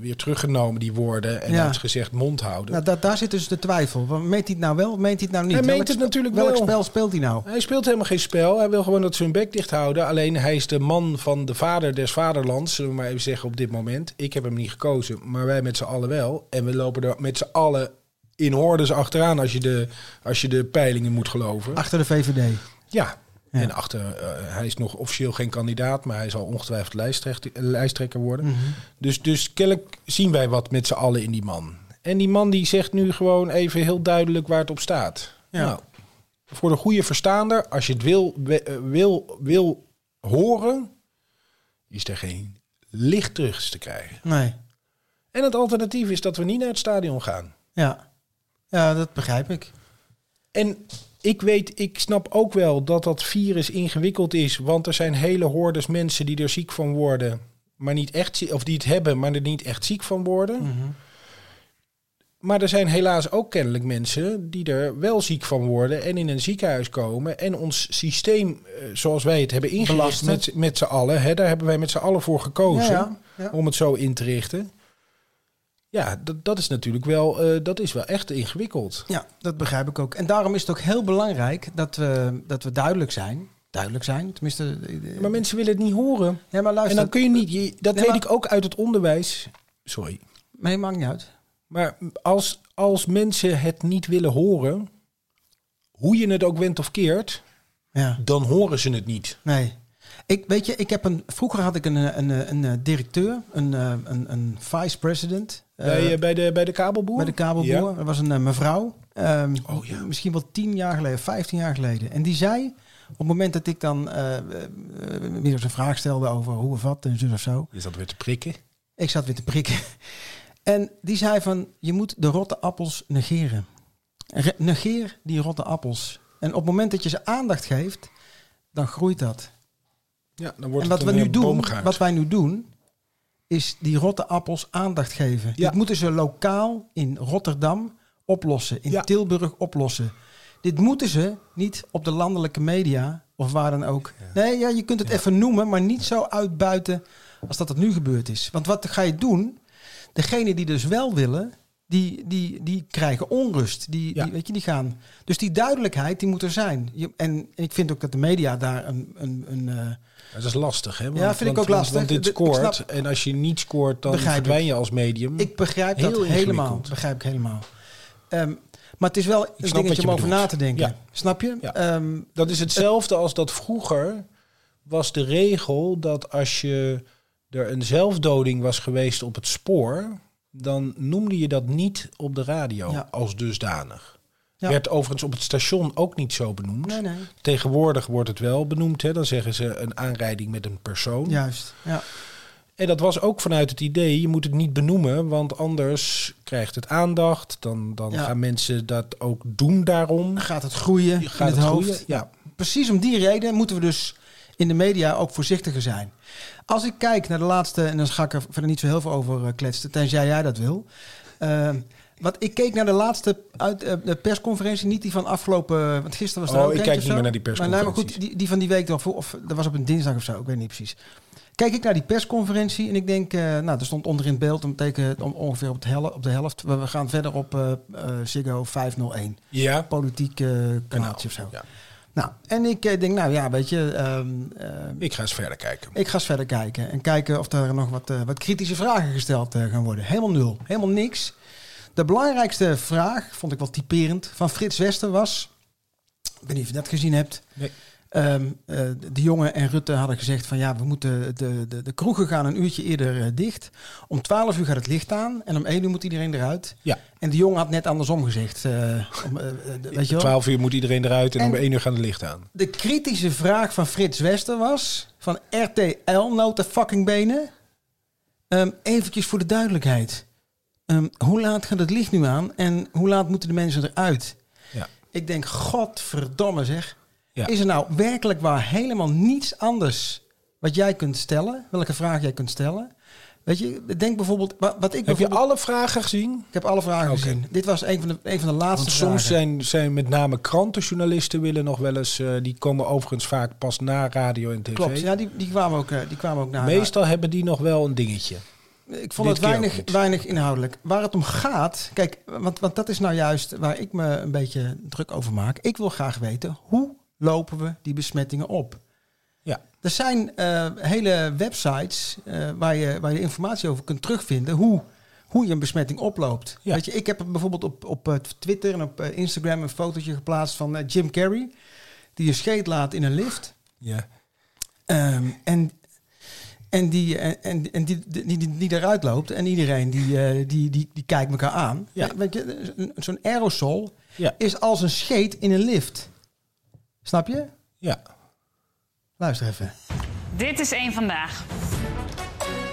weer teruggenomen, die woorden. En
Ja.
hij heeft gezegd mond houden.
Nou, da- daar zit dus de twijfel. Want Meent hij het nou wel of meent hij het nou niet?
Hij meent
Welk
het
spe-
natuurlijk
welk
wel.
spel speelt hij nou?
Hij speelt helemaal geen spel. Hij wil gewoon dat ze hun bek dicht houden. Alleen hij is de man van de vader des vaderlands. Zullen we maar even zeggen op dit moment. Ik heb hem niet gekozen, maar wij met z'n allen wel. En we lopen er met z'n allen in hordes achteraan als je de, als je de peilingen moet geloven.
Achter de VVD.
Ja. En achter, eh, hij is nog officieel geen kandidaat, maar hij zal ongetwijfeld lijsttrekt- eh, lijsttrekker worden. Dus, dus kennelijk zien wij wat met z'n allen in die man. En die man die zegt nu gewoon even heel duidelijk waar het op staat.
Ja.
Nou, voor de goede verstaander, als je het wil, we- eh, wil, wil horen, is er geen licht terug te krijgen.
Nee.
En het alternatief is dat we niet naar het stadion gaan.
Ja. Ja, dat begrijp ik.
En ik weet, ik snap ook wel dat dat virus ingewikkeld is. Want er zijn hele hordes mensen die er ziek van worden. Maar niet echt, zie- of die het hebben, maar er niet echt ziek van worden.
Mhm.
Maar er zijn helaas ook kennelijk mensen die er wel ziek van worden. En in een ziekenhuis komen. En ons systeem, eh, zoals wij het hebben ingericht
Belasten.
met, met z'n allen. Hè, daar hebben wij met z'n allen voor gekozen.
Ja, ja, ja.
Om het zo in te richten. Ja, dat, dat is natuurlijk wel, eh, dat is wel echt ingewikkeld.
Ja, dat begrijp ik ook. En daarom is het ook heel belangrijk dat we, dat we duidelijk zijn. Duidelijk zijn, tenminste. eh,
Maar mensen willen het niet horen.
ja, maar
En
luister.
dan kun je niet, je- dat
Nee,
weet
maar-
ik ook uit het onderwijs. Sorry.
Nee, maakt niet uit.
Maar als, als mensen het niet willen horen, hoe je het ook wendt of keert,
Ja.
dan horen ze het niet.
Nee. Ik, weet je, ik heb een, vroeger had ik een, eh, een, eh, een, eh, directeur, een, eh, een, een vice president. eh,
bij, eh, bij, de, bij de kabelboer?
Bij de kabelboer.
Ja.
Er was een eh, mevrouw. ehm,
Oh, ja.
Misschien wel tien jaar geleden, vijftien jaar geleden. En die zei, op het moment dat ik dan eh, eh, eh, weer eens een vraag stelde over hoe of wat en zo of zo.
Je zat weer te prikken.
Ik zat weer te prikken. En die zei van, je moet de rotte appels negeren. Re- negeer die rotte appels. En op het moment dat je ze aandacht geeft, dan groeit dat.
Ja, dan wordt het
En wat we
een,
nu
eh,
doen,
boomgaard.
wat wij nu doen, is die rotte appels aandacht geven.
Ja.
Dit moeten ze lokaal in Rotterdam oplossen, in
Ja.
Tilburg oplossen. Dit moeten ze niet op de landelijke media of waar dan ook. Nee, ja, je kunt het even noemen, maar niet zo uitbuiten als dat het nu gebeurd is. Want wat ga je doen? Degene die dus wel willen, die, die, die krijgen onrust. Die,
Ja.
die, weet je, die gaan. Dus die duidelijkheid, die moet er zijn. Je, en ik vind ook dat de media daar een, een, een eh,
Dat is lastig, hè? Want,
Ja, vind ik
want-
ook lastig.
Want dit
Ik
scoort.
snap-
En als je niet scoort, dan
Begrijp ik.
verdwijn je als medium.
Ik begrijp
Mm. Heel
dat helemaal.
ingewikkeld.
Begrijp ik helemaal. Ehm, maar het is wel een
snap wat
dingetje
je
om over
bedoelt.
na te denken.
Ja.
Snap je?
Ja.
Ehm,
Dat is hetzelfde als dat vroeger was de regel dat als je er een zelfdoding was geweest op het spoor, dan noemde je dat niet op de radio
Ja.
als dusdanig.
Ja.
Werd overigens op het station ook niet zo benoemd.
nee, nee.
Tegenwoordig wordt het wel benoemd. Hè? Dan zeggen ze een aanrijding met een persoon.
Juist. Ja.
En dat was ook vanuit het idee, je moet het niet benoemen, want anders krijgt het aandacht. Dan, dan
Ja.
gaan mensen dat ook doen daarom.
Gaat het groeien
Gaat
in het,
het
hoofd?
groeien? Ja.
Precies om die reden moeten we dus in de media ook voorzichtiger zijn. Als ik kijk naar de laatste, en dan ga ik er verder niet zo heel veel over eh, kletsen, tenzij jij dat wil. Ehm, want ik keek naar de laatste uit, eh, de persconferentie, niet die van afgelopen. Want gisteren was er
Oh,
ook
ik
eentje
kijk
of
niet
zo.
meer naar die
Maar, nou, maar goed,
persconferenties.
die, die van die week ervoor, of dat was op een dinsdag of zo, ik weet niet precies. Kijk ik naar die persconferentie en ik denk, eh, nou, er stond onder in het beeld, om teken om, ongeveer op, de hel- op de helft. We, we gaan verder op eh eh, Ziggo 501
Ja.
politiek eh, kanaaltje of zo.
Ja.
Nou, en ik eh, denk, nou ja, weet je, ehm, ehm,
Ik ga eens verder kijken.
ik ga eens verder kijken. En kijken of er nog wat, eh, wat kritische vragen gesteld eh, gaan worden. Helemaal nul, helemaal niks. De belangrijkste vraag, vond ik wel typerend, van Frits Wester was... Ik weet niet of je dat gezien hebt.
Nee.
Ehm, eh, de jongen en Rutte hadden gezegd van ja, we moeten de, de, de kroegen gaan een uurtje eerder eh, dicht. Om 12 uur gaat het licht aan en om 1 uur moet iedereen eruit.
Ja.
En de jongen had net andersom gezegd. eh, om, eh, eh, weet je wel?
12 uur moet iedereen eruit en, om
En-
1 uur gaan de lichten aan.
De kritische vraag van Frits Wester was... van RTL, nota fucking benen... Ehm eventjes voor de duidelijkheid. Ehm, hoe laat gaat het licht nu aan en hoe laat moeten de mensen eruit?
Ja.
Ik denk, godverdomme zeg.
Ja.
Is er nou werkelijk waar helemaal niets anders... wat jij kunt stellen, welke vraag jij kunt stellen? Weet je, denk bijvoorbeeld... wa-
Heb
Wat ik,
je
bijvoorbeeld,
alle vragen gezien?
ik heb alle vragen
Oké.
gezien. Dit was een van de, een van de laatste
Want soms
vragen.
zijn, zijn met name krantenjournalisten willen nog wel eens... eh, die komen overigens vaak pas na radio en tv.
Klopt, ja, die, die, kwamen ook, eh, die kwamen ook naar
Meestal hebben die nog wel een dingetje.
Ik vond
Dit
het
keer ook
weinig,
niet.
weinig inhoudelijk. Waar het om gaat, kijk, want, want dat is nou juist waar ik me een beetje druk over maak. Ik wil graag weten, hoe lopen we die besmettingen op?
Ja.
Er zijn eh, hele websites eh, waar, je, waar je informatie over kunt terugvinden hoe, hoe je een besmetting oploopt.
Ja.
Weet je, ik heb er bijvoorbeeld op, op eh, Twitter en op eh, Instagram een fotootje geplaatst van eh, Jim Carrey, die je scheet laat in een lift.
ja.
Ehm, en en, die, eh, en, en die, die, die, die, eruit loopt. En iedereen die, eh, die, die, die kijkt elkaar aan. Eh,
Ja.
Weet je, een- Zo'n aerosol
Ja.
is als een scheet in een lift. Snap je?
ja.
Luister even.
Dit is één vandaag.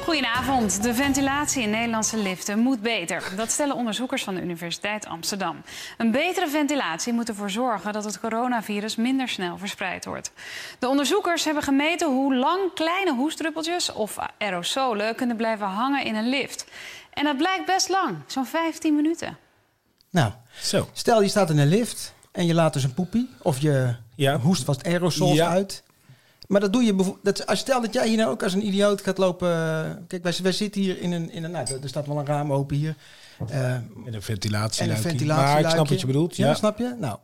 Goedenavond. De ventilatie in Nederlandse liften moet beter. Dat stellen onderzoekers van de Universiteit Amsterdam. Een betere ventilatie moet ervoor zorgen dat het coronavirus minder snel verspreid wordt. De onderzoekers hebben gemeten hoe lang kleine hoestdruppeltjes of aerosolen kunnen blijven hangen in een lift. En dat blijkt best lang, zo'n 15 minuten.
Nou,
Zo.
stel je staat in een lift en je laat dus een poepie. Of je
Ja.
hoest wat aerosols
Ja.
uit. Maar dat doe je bijvo- dat, als Stel dat jij hier nou ook als een idioot gaat lopen. eh, Kijk, wij, wij zitten hier in een. In een nou, er er staat wel een raam open hier. Eh,
En een ventilatie.
en een ventilatie.
Maar ik snap wat je bedoelt.
Ja,
Ja.
snap je? Nou,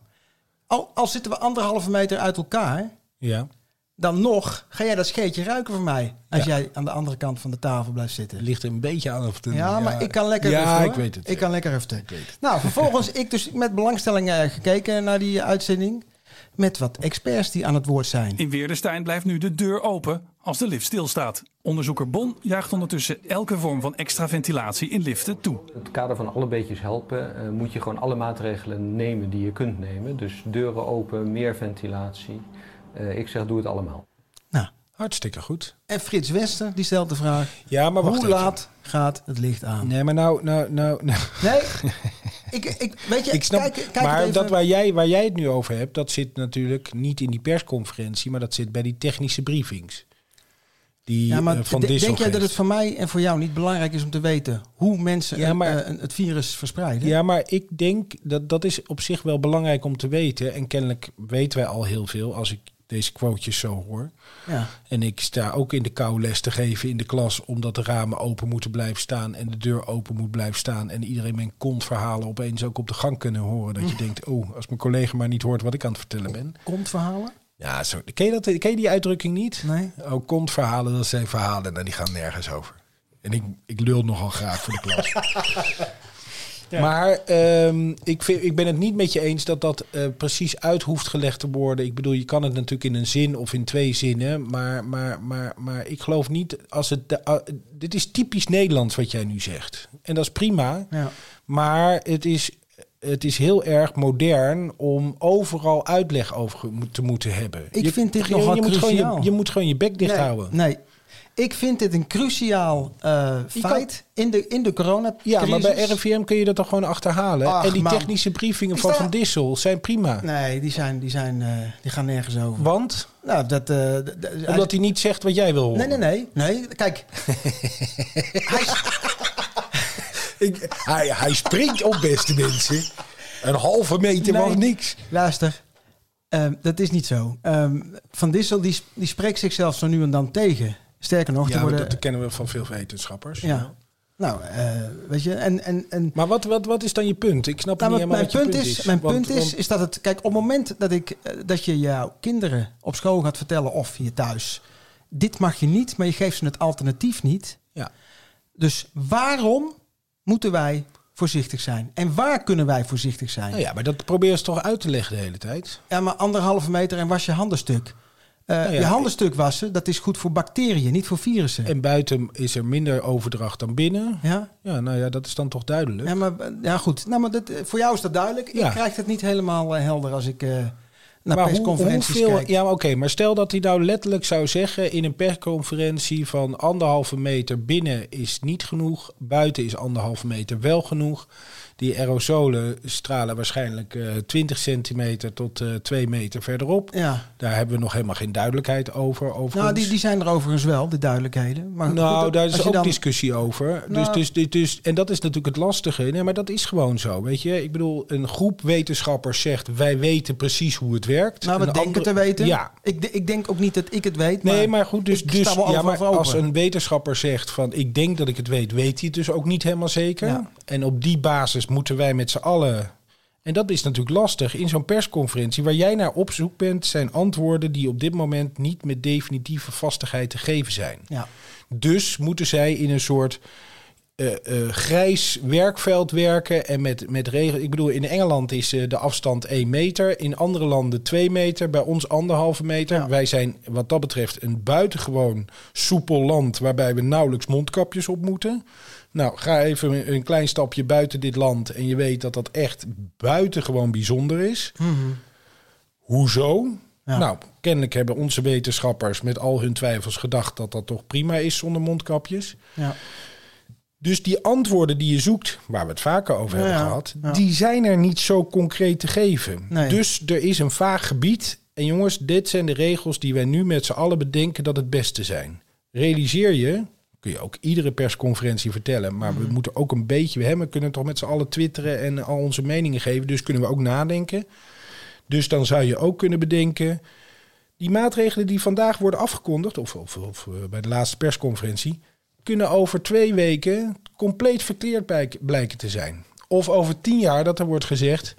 al, al zitten we anderhalve meter uit elkaar,
ja.
dan nog ga jij dat scheetje ruiken voor mij. Als
Ja.
jij aan de andere kant van de tafel blijft zitten.
Ligt er een beetje aan of het een-
Ja, maar ik kan lekker
Ja,
even, hoor.
ik weet het.
Ik
ja.
kan lekker even. Nou, vervolgens ik dus met belangstelling eh, gekeken naar die eh, uitzending. Met wat experts die aan het woord zijn.
In Weerdenstein blijft nu de deur open als de lift stilstaat. Onderzoeker Bon jaagt ondertussen elke vorm van extra ventilatie in liften toe.
In het kader van alle beetjes helpen eh, moet je gewoon alle maatregelen nemen die je kunt nemen. Dus deuren open, meer ventilatie. Eh, ik zeg doe het allemaal.
Nou,
Hartstikke goed.
en Frits Wester die stelt de vraag:
Ja, maar Oh, wacht
hoe
even.
laat gaat het licht aan?
Nee, maar nou, nou, nou, nou.
Nee, ik, ik, weet je,
ik snap.
kijk, kijk het
maar
even.
dat waar jij, waar jij het nu over hebt, dat zit natuurlijk niet in die persconferentie, maar dat zit bij die technische briefings. Die
Ja, maar
eh, van
de-
Dissel
denk jij dat het
geeft.
voor mij en voor jou niet belangrijk is om te weten hoe mensen
Ja,
eh,
maar-
eh, het virus verspreiden?
Ja, maar ik denk dat dat is op zich wel belangrijk om te weten. En kennelijk weten wij al heel veel als ik deze quotejes zo hoor.
Ja.
En ik sta ook in de kou les te geven in de klas, omdat de ramen open moeten blijven staan en de deur open moet blijven staan. En iedereen mijn kontverhalen opeens ook op de gang kunnen horen. Dat je denkt, oh, als mijn collega maar niet hoort wat ik aan het vertellen ben.
Komt verhalen?
Ja, zo, ken, je dat, ken je die uitdrukking niet?
Nee.
Oh, kontverhalen, dat zijn verhalen en die gaan nergens over. En ik, ik lul nogal graag voor de klas. Maar ehm, ik, vind, ik ben het niet met je eens dat dat eh, precies uit hoeft gelegd te worden. Ik bedoel, je kan het natuurlijk in een zin of in twee zinnen. Maar, maar, maar, maar ik geloof niet als het. de- ah, dit is typisch Nederlands wat jij nu zegt. En dat is prima.
Ja.
Maar het is, het is heel erg modern om overal uitleg over ge- te moeten hebben.
Ik vind dit
je,
nogal
je moet gewoon je,
cruciaal.
je moet gewoon je bek dicht
nee,
houden.
Nee. Ik vind dit een cruciaal eh,
kan-
feit in de, in de coronacrisis.
Ja, maar bij RIVM kun je dat toch gewoon achterhalen.
Ach,
en die
man.
technische briefingen
Is
van
dat-
Van Dissel zijn prima.
Nee, die, zijn, die, zijn, eh, die gaan nergens over.
Want?
Nou, dat... eh, d- d- hij-
Omdat hij niet zegt wat jij wil horen.
Nee, nee, nee. Nee, kijk.
Ik- hij, hij springt op, beste mensen. Een halve meter
Nee.
was niks.
Luister, ehm, dat is niet zo. Ehm, Van Dissel die, sp- die spreekt zichzelf zo nu en dan tegen. Sterker nog,
Ja,
er
maar
worden...
dat kennen we van veel wetenschappers.
ja. Nou, eh, weet je, en... en, en
Maar wat, wat, wat is dan je punt? Ik snap
nou,
niet
mijn,
helemaal
mijn
wat je
punt
punt
is, mijn
Want-
punt is,
want-
is dat het... Kijk, op het moment dat, ik, eh, dat je jouw kinderen op school gaat vertellen of hier thuis... Dit mag je niet, maar je geeft ze het alternatief niet.
ja.
Dus waarom moeten wij voorzichtig zijn? En waar kunnen wij voorzichtig zijn?
Nou ja, maar dat proberen ze toch uit te leggen de hele tijd.
Ja, maar anderhalve meter en was je handen stuk. Eh,
Nou ja,
je handen stuk wassen, dat is goed voor bacteriën, niet voor virussen.
En buiten is er minder overdracht dan binnen.
Ja?
Ja, nou ja, dat is dan toch duidelijk.
Ja, maar, eh, ja, goed. Nou, maar dat, eh, voor jou is dat duidelijk.
Ja.
Ik krijg het niet helemaal eh, helder als ik eh, naar
maar hoe-
persconferenties
hoeveel,
kijk.
Ja, maar oké, maar stel dat hij nou letterlijk zou zeggen in een persconferentie van anderhalve meter binnen is niet genoeg, buiten is anderhalve meter wel genoeg. Die aerosolen stralen waarschijnlijk eh 20 centimeter tot eh 2 meter verderop.
Ja.
Daar hebben we nog helemaal geen duidelijkheid over.
Nou,
overigens.
die, die zijn er overigens wel, de duidelijkheden. Maar
nou,
Ah, goed,
daar
als
is
je
ook
dan-
discussie over. Dus,
Nou.
dus, dus, dus- en dat is natuurlijk het lastige. Nee, maar dat is gewoon zo. Weet je, ik bedoel, een groep wetenschappers zegt: wij weten precies hoe het werkt.
Nou, we
Een
denken
andere-
te weten.
Ja.
Ik, de- ik denk ook niet dat ik het weet.
Nee, maar goed, dus,
ik
dus
sta wel
ja,
overal
maar
voor open.
als een wetenschapper zegt van ik denk dat ik het weet, weet hij het dus ook niet helemaal zeker.
Ja.
En op die basis moeten wij met z'n allen. En dat is natuurlijk lastig. In zo'n persconferentie waar jij naar op zoek bent, zijn antwoorden die op dit moment niet met definitieve vastigheid te geven zijn.
Ja.
Dus moeten zij in een soort eh, eh, grijs werkveld werken en met, met regels. Ik bedoel, in Engeland is eh, de afstand 1 meter, in andere landen 2 meter, bij ons anderhalve meter.
Ja.
Wij zijn wat dat betreft een buitengewoon soepel land waarbij we nauwelijks mondkapjes op moeten. Nou, ga even een- een klein stapje buiten dit land en je weet dat dat echt buitengewoon bijzonder is. Hoezo?
Hm. Ja.
Nou, kennelijk hebben onze wetenschappers met al hun twijfels gedacht dat dat toch prima is zonder mondkapjes.
Ja.
Dus die antwoorden die je zoekt, waar we het vaker over
Ja,
hebben
ja.
gehad,
Ja.
die zijn er niet zo concreet te geven.
Nee.
Dus er is een vaag gebied. En jongens, dit zijn de regels die wij nu met z'n allen bedenken dat het beste zijn. Realiseer je, kun je ook iedere persconferentie vertellen, maar
Mhm.
we moeten ook een beetje, hè, we kunnen toch met z'n allen twitteren en al onze meningen geven, dus kunnen we ook nadenken. Dus dan zou je ook kunnen bedenken, die maatregelen die vandaag worden afgekondigd, of, of, of eh, bij de laatste persconferentie, kunnen over twee weken compleet verkeerd blijk- blijken te zijn. Of over tien jaar dat er wordt gezegd,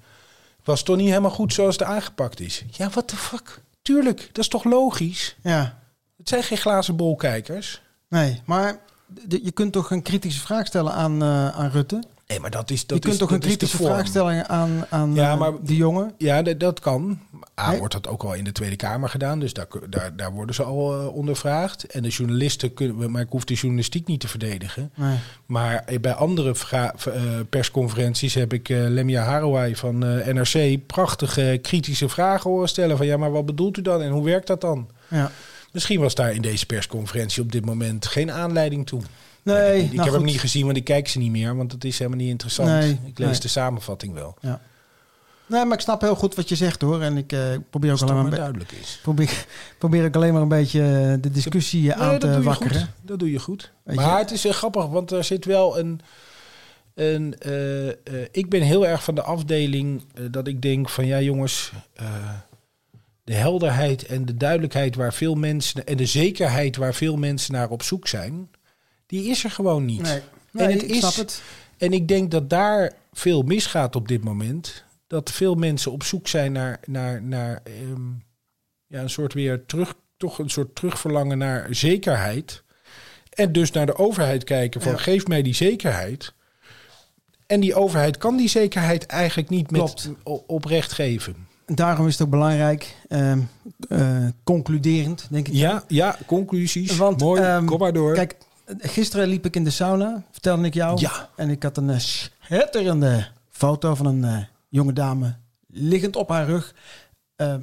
was toch niet helemaal goed zoals het aangepakt is. Ja, what the fuck? Tuurlijk, dat is toch logisch?
ja,
Het zijn geen glazen bolkijkers.
nee. Maar de- je kunt toch een kritische vraag stellen aan, eh, aan Rutte?
Nee, maar dat is dat
je kunt
is,
toch
dat
een
is de
kritische
vorm.
vraag stellen aan, aan
Ja,
eh,
maar-
de jongen?
Ja, dat, dat kan. A,
Nee.
wordt dat ook al in de Tweede Kamer gedaan, dus daar, ku- daar, daar worden ze al eh, ondervraagd. En de journalisten kunnen, maar ik hoef de journalistiek niet te verdedigen.
Nee.
Maar bij andere vra- v- eh, persconferenties heb ik eh, Lemia Harouai van eh, NRC prachtige eh, kritische vragen horen stellen. Van ja, maar wat bedoelt u dan en hoe werkt dat dan?
Ja.
Misschien was daar in deze persconferentie op dit moment geen aanleiding toe.
Nee, nou
ik heb hem niet gezien, want ik kijk ze niet meer, want het is helemaal niet interessant.
Nee,
ik lees
nee.
de samenvatting wel.
Ja. Nee, maar ik snap heel goed wat je zegt hoor. En ik eh, probeer, ook
Als het maar
alleen maar een be-
duidelijk is.
probeer, probeer ook alleen maar een beetje eh, de discussie eh, aan
Nee,
te
je
wakkeren.
goed. Dat doe je goed.
Weet
maar
je-
het is eh, grappig, want er zit wel een. een eh, eh, ik ben heel erg van de afdeling eh, dat ik denk van ja, jongens. eh, de helderheid en de duidelijkheid waar veel mensen. en de zekerheid waar veel mensen naar op zoek zijn. die is er gewoon niet.
Nee,
en,
nee,
het
ik
is,
snap het.
en ik denk dat daar veel misgaat op dit moment. Dat veel mensen op zoek zijn naar, naar, naar ehm, ja, een soort weer terug, toch een soort terugverlangen naar zekerheid. En dus naar de overheid kijken van
Ja.
geef mij die zekerheid. En die overheid kan die zekerheid eigenlijk niet met,
Klopt.
o- oprecht geven.
Daarom is het ook belangrijk, ehm, eh, concluderend denk ik.
Ja, ja conclusies.
Want,
Mooi,
ehm,
kom maar door.
Kijk, gisteren liep ik in de sauna, vertelde ik jou.
Ja.
En ik had een eh, schitterende foto van een eh, jonge dame liggend op haar rug. Eh,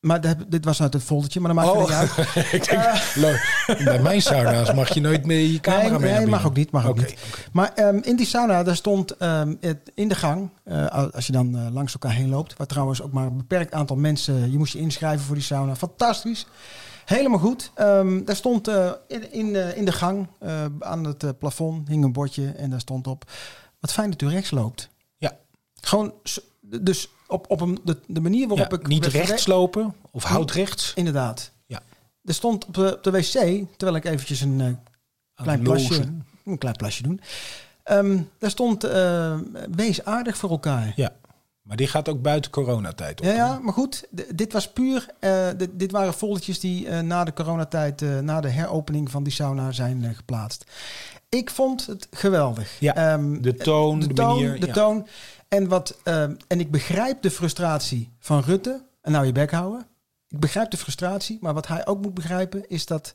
Maar dat- dit was uit het foldertje, maar dat maakt
Oh.
het niet uit.
ik denk, leuk. Bij mijn sauna's mag je nooit mee je camera
nee,
mee
nee,
naar
mag
binnen.
ook niet, mag ook
Oké,
niet. Maar ehm, in die sauna, daar stond ehm, het, in de gang, eh, als je dan eh, langs elkaar heen loopt, waar trouwens ook maar een beperkt aantal mensen, eh, je moest je inschrijven voor die sauna. Fantastisch. Helemaal goed. Ehm, daar stond eh, in, in, eh, in de gang, eh, aan het eh, plafond, hing een bordje en daar stond op, wat fijn dat u rechts loopt.
Ja.
Gewoon, s- dus op, op een, de, de manier waarop
Ja,
ik...
niet
werd
rechts
gere-
lopen of houd rechts.
Inderdaad.
Ja.
Er stond op de, op de wc, terwijl ik eventjes een eh, klein plasje,
Lozen.
een klein plasje doen. Ehm, daar stond eh, wees aardig voor elkaar.
Ja, maar die gaat ook buiten coronatijd op.
Ja, ja, maar goed, d- dit was puur. eh, dit, dit waren foldertjes die eh, na de coronatijd, eh, na de heropening van die sauna zijn eh, geplaatst. Ik vond het geweldig.
Ja,
Ehm,
De toon, de,
de toon,
manier.
de
ja.
toon. En, wat, ehm, en ik begrijp de frustratie van Rutte. En nou je bek houden. Ik begrijp de frustratie. Maar wat hij ook moet begrijpen is dat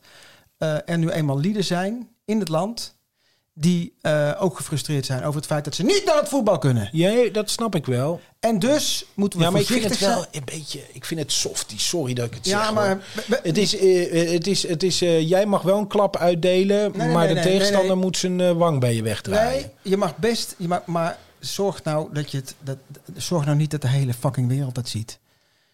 eh, er nu eenmaal lieden zijn in het land... die eh, ook gefrustreerd zijn over het feit dat ze niet naar het voetbal kunnen.
Ja, dat snap ik wel.
En dus moeten we
Ja, maar ik vind
voorzichtig
het wel
zijn.
een beetje... Ik vind het softie. Sorry dat ik het
Ja,
zeg.
maar...
hoor.
we- we-
Het is, eh, eh, het is, het is eh, jij mag wel een klap uitdelen,
nee,
maar
nee,
de
nee,
tegenstander
nee, nee.
moet zijn eh, wang bij je wegdraaien.
Nee, je mag best... Je mag, maar zorg nou, dat je het, dat, zorg nou niet dat de hele fucking wereld dat ziet.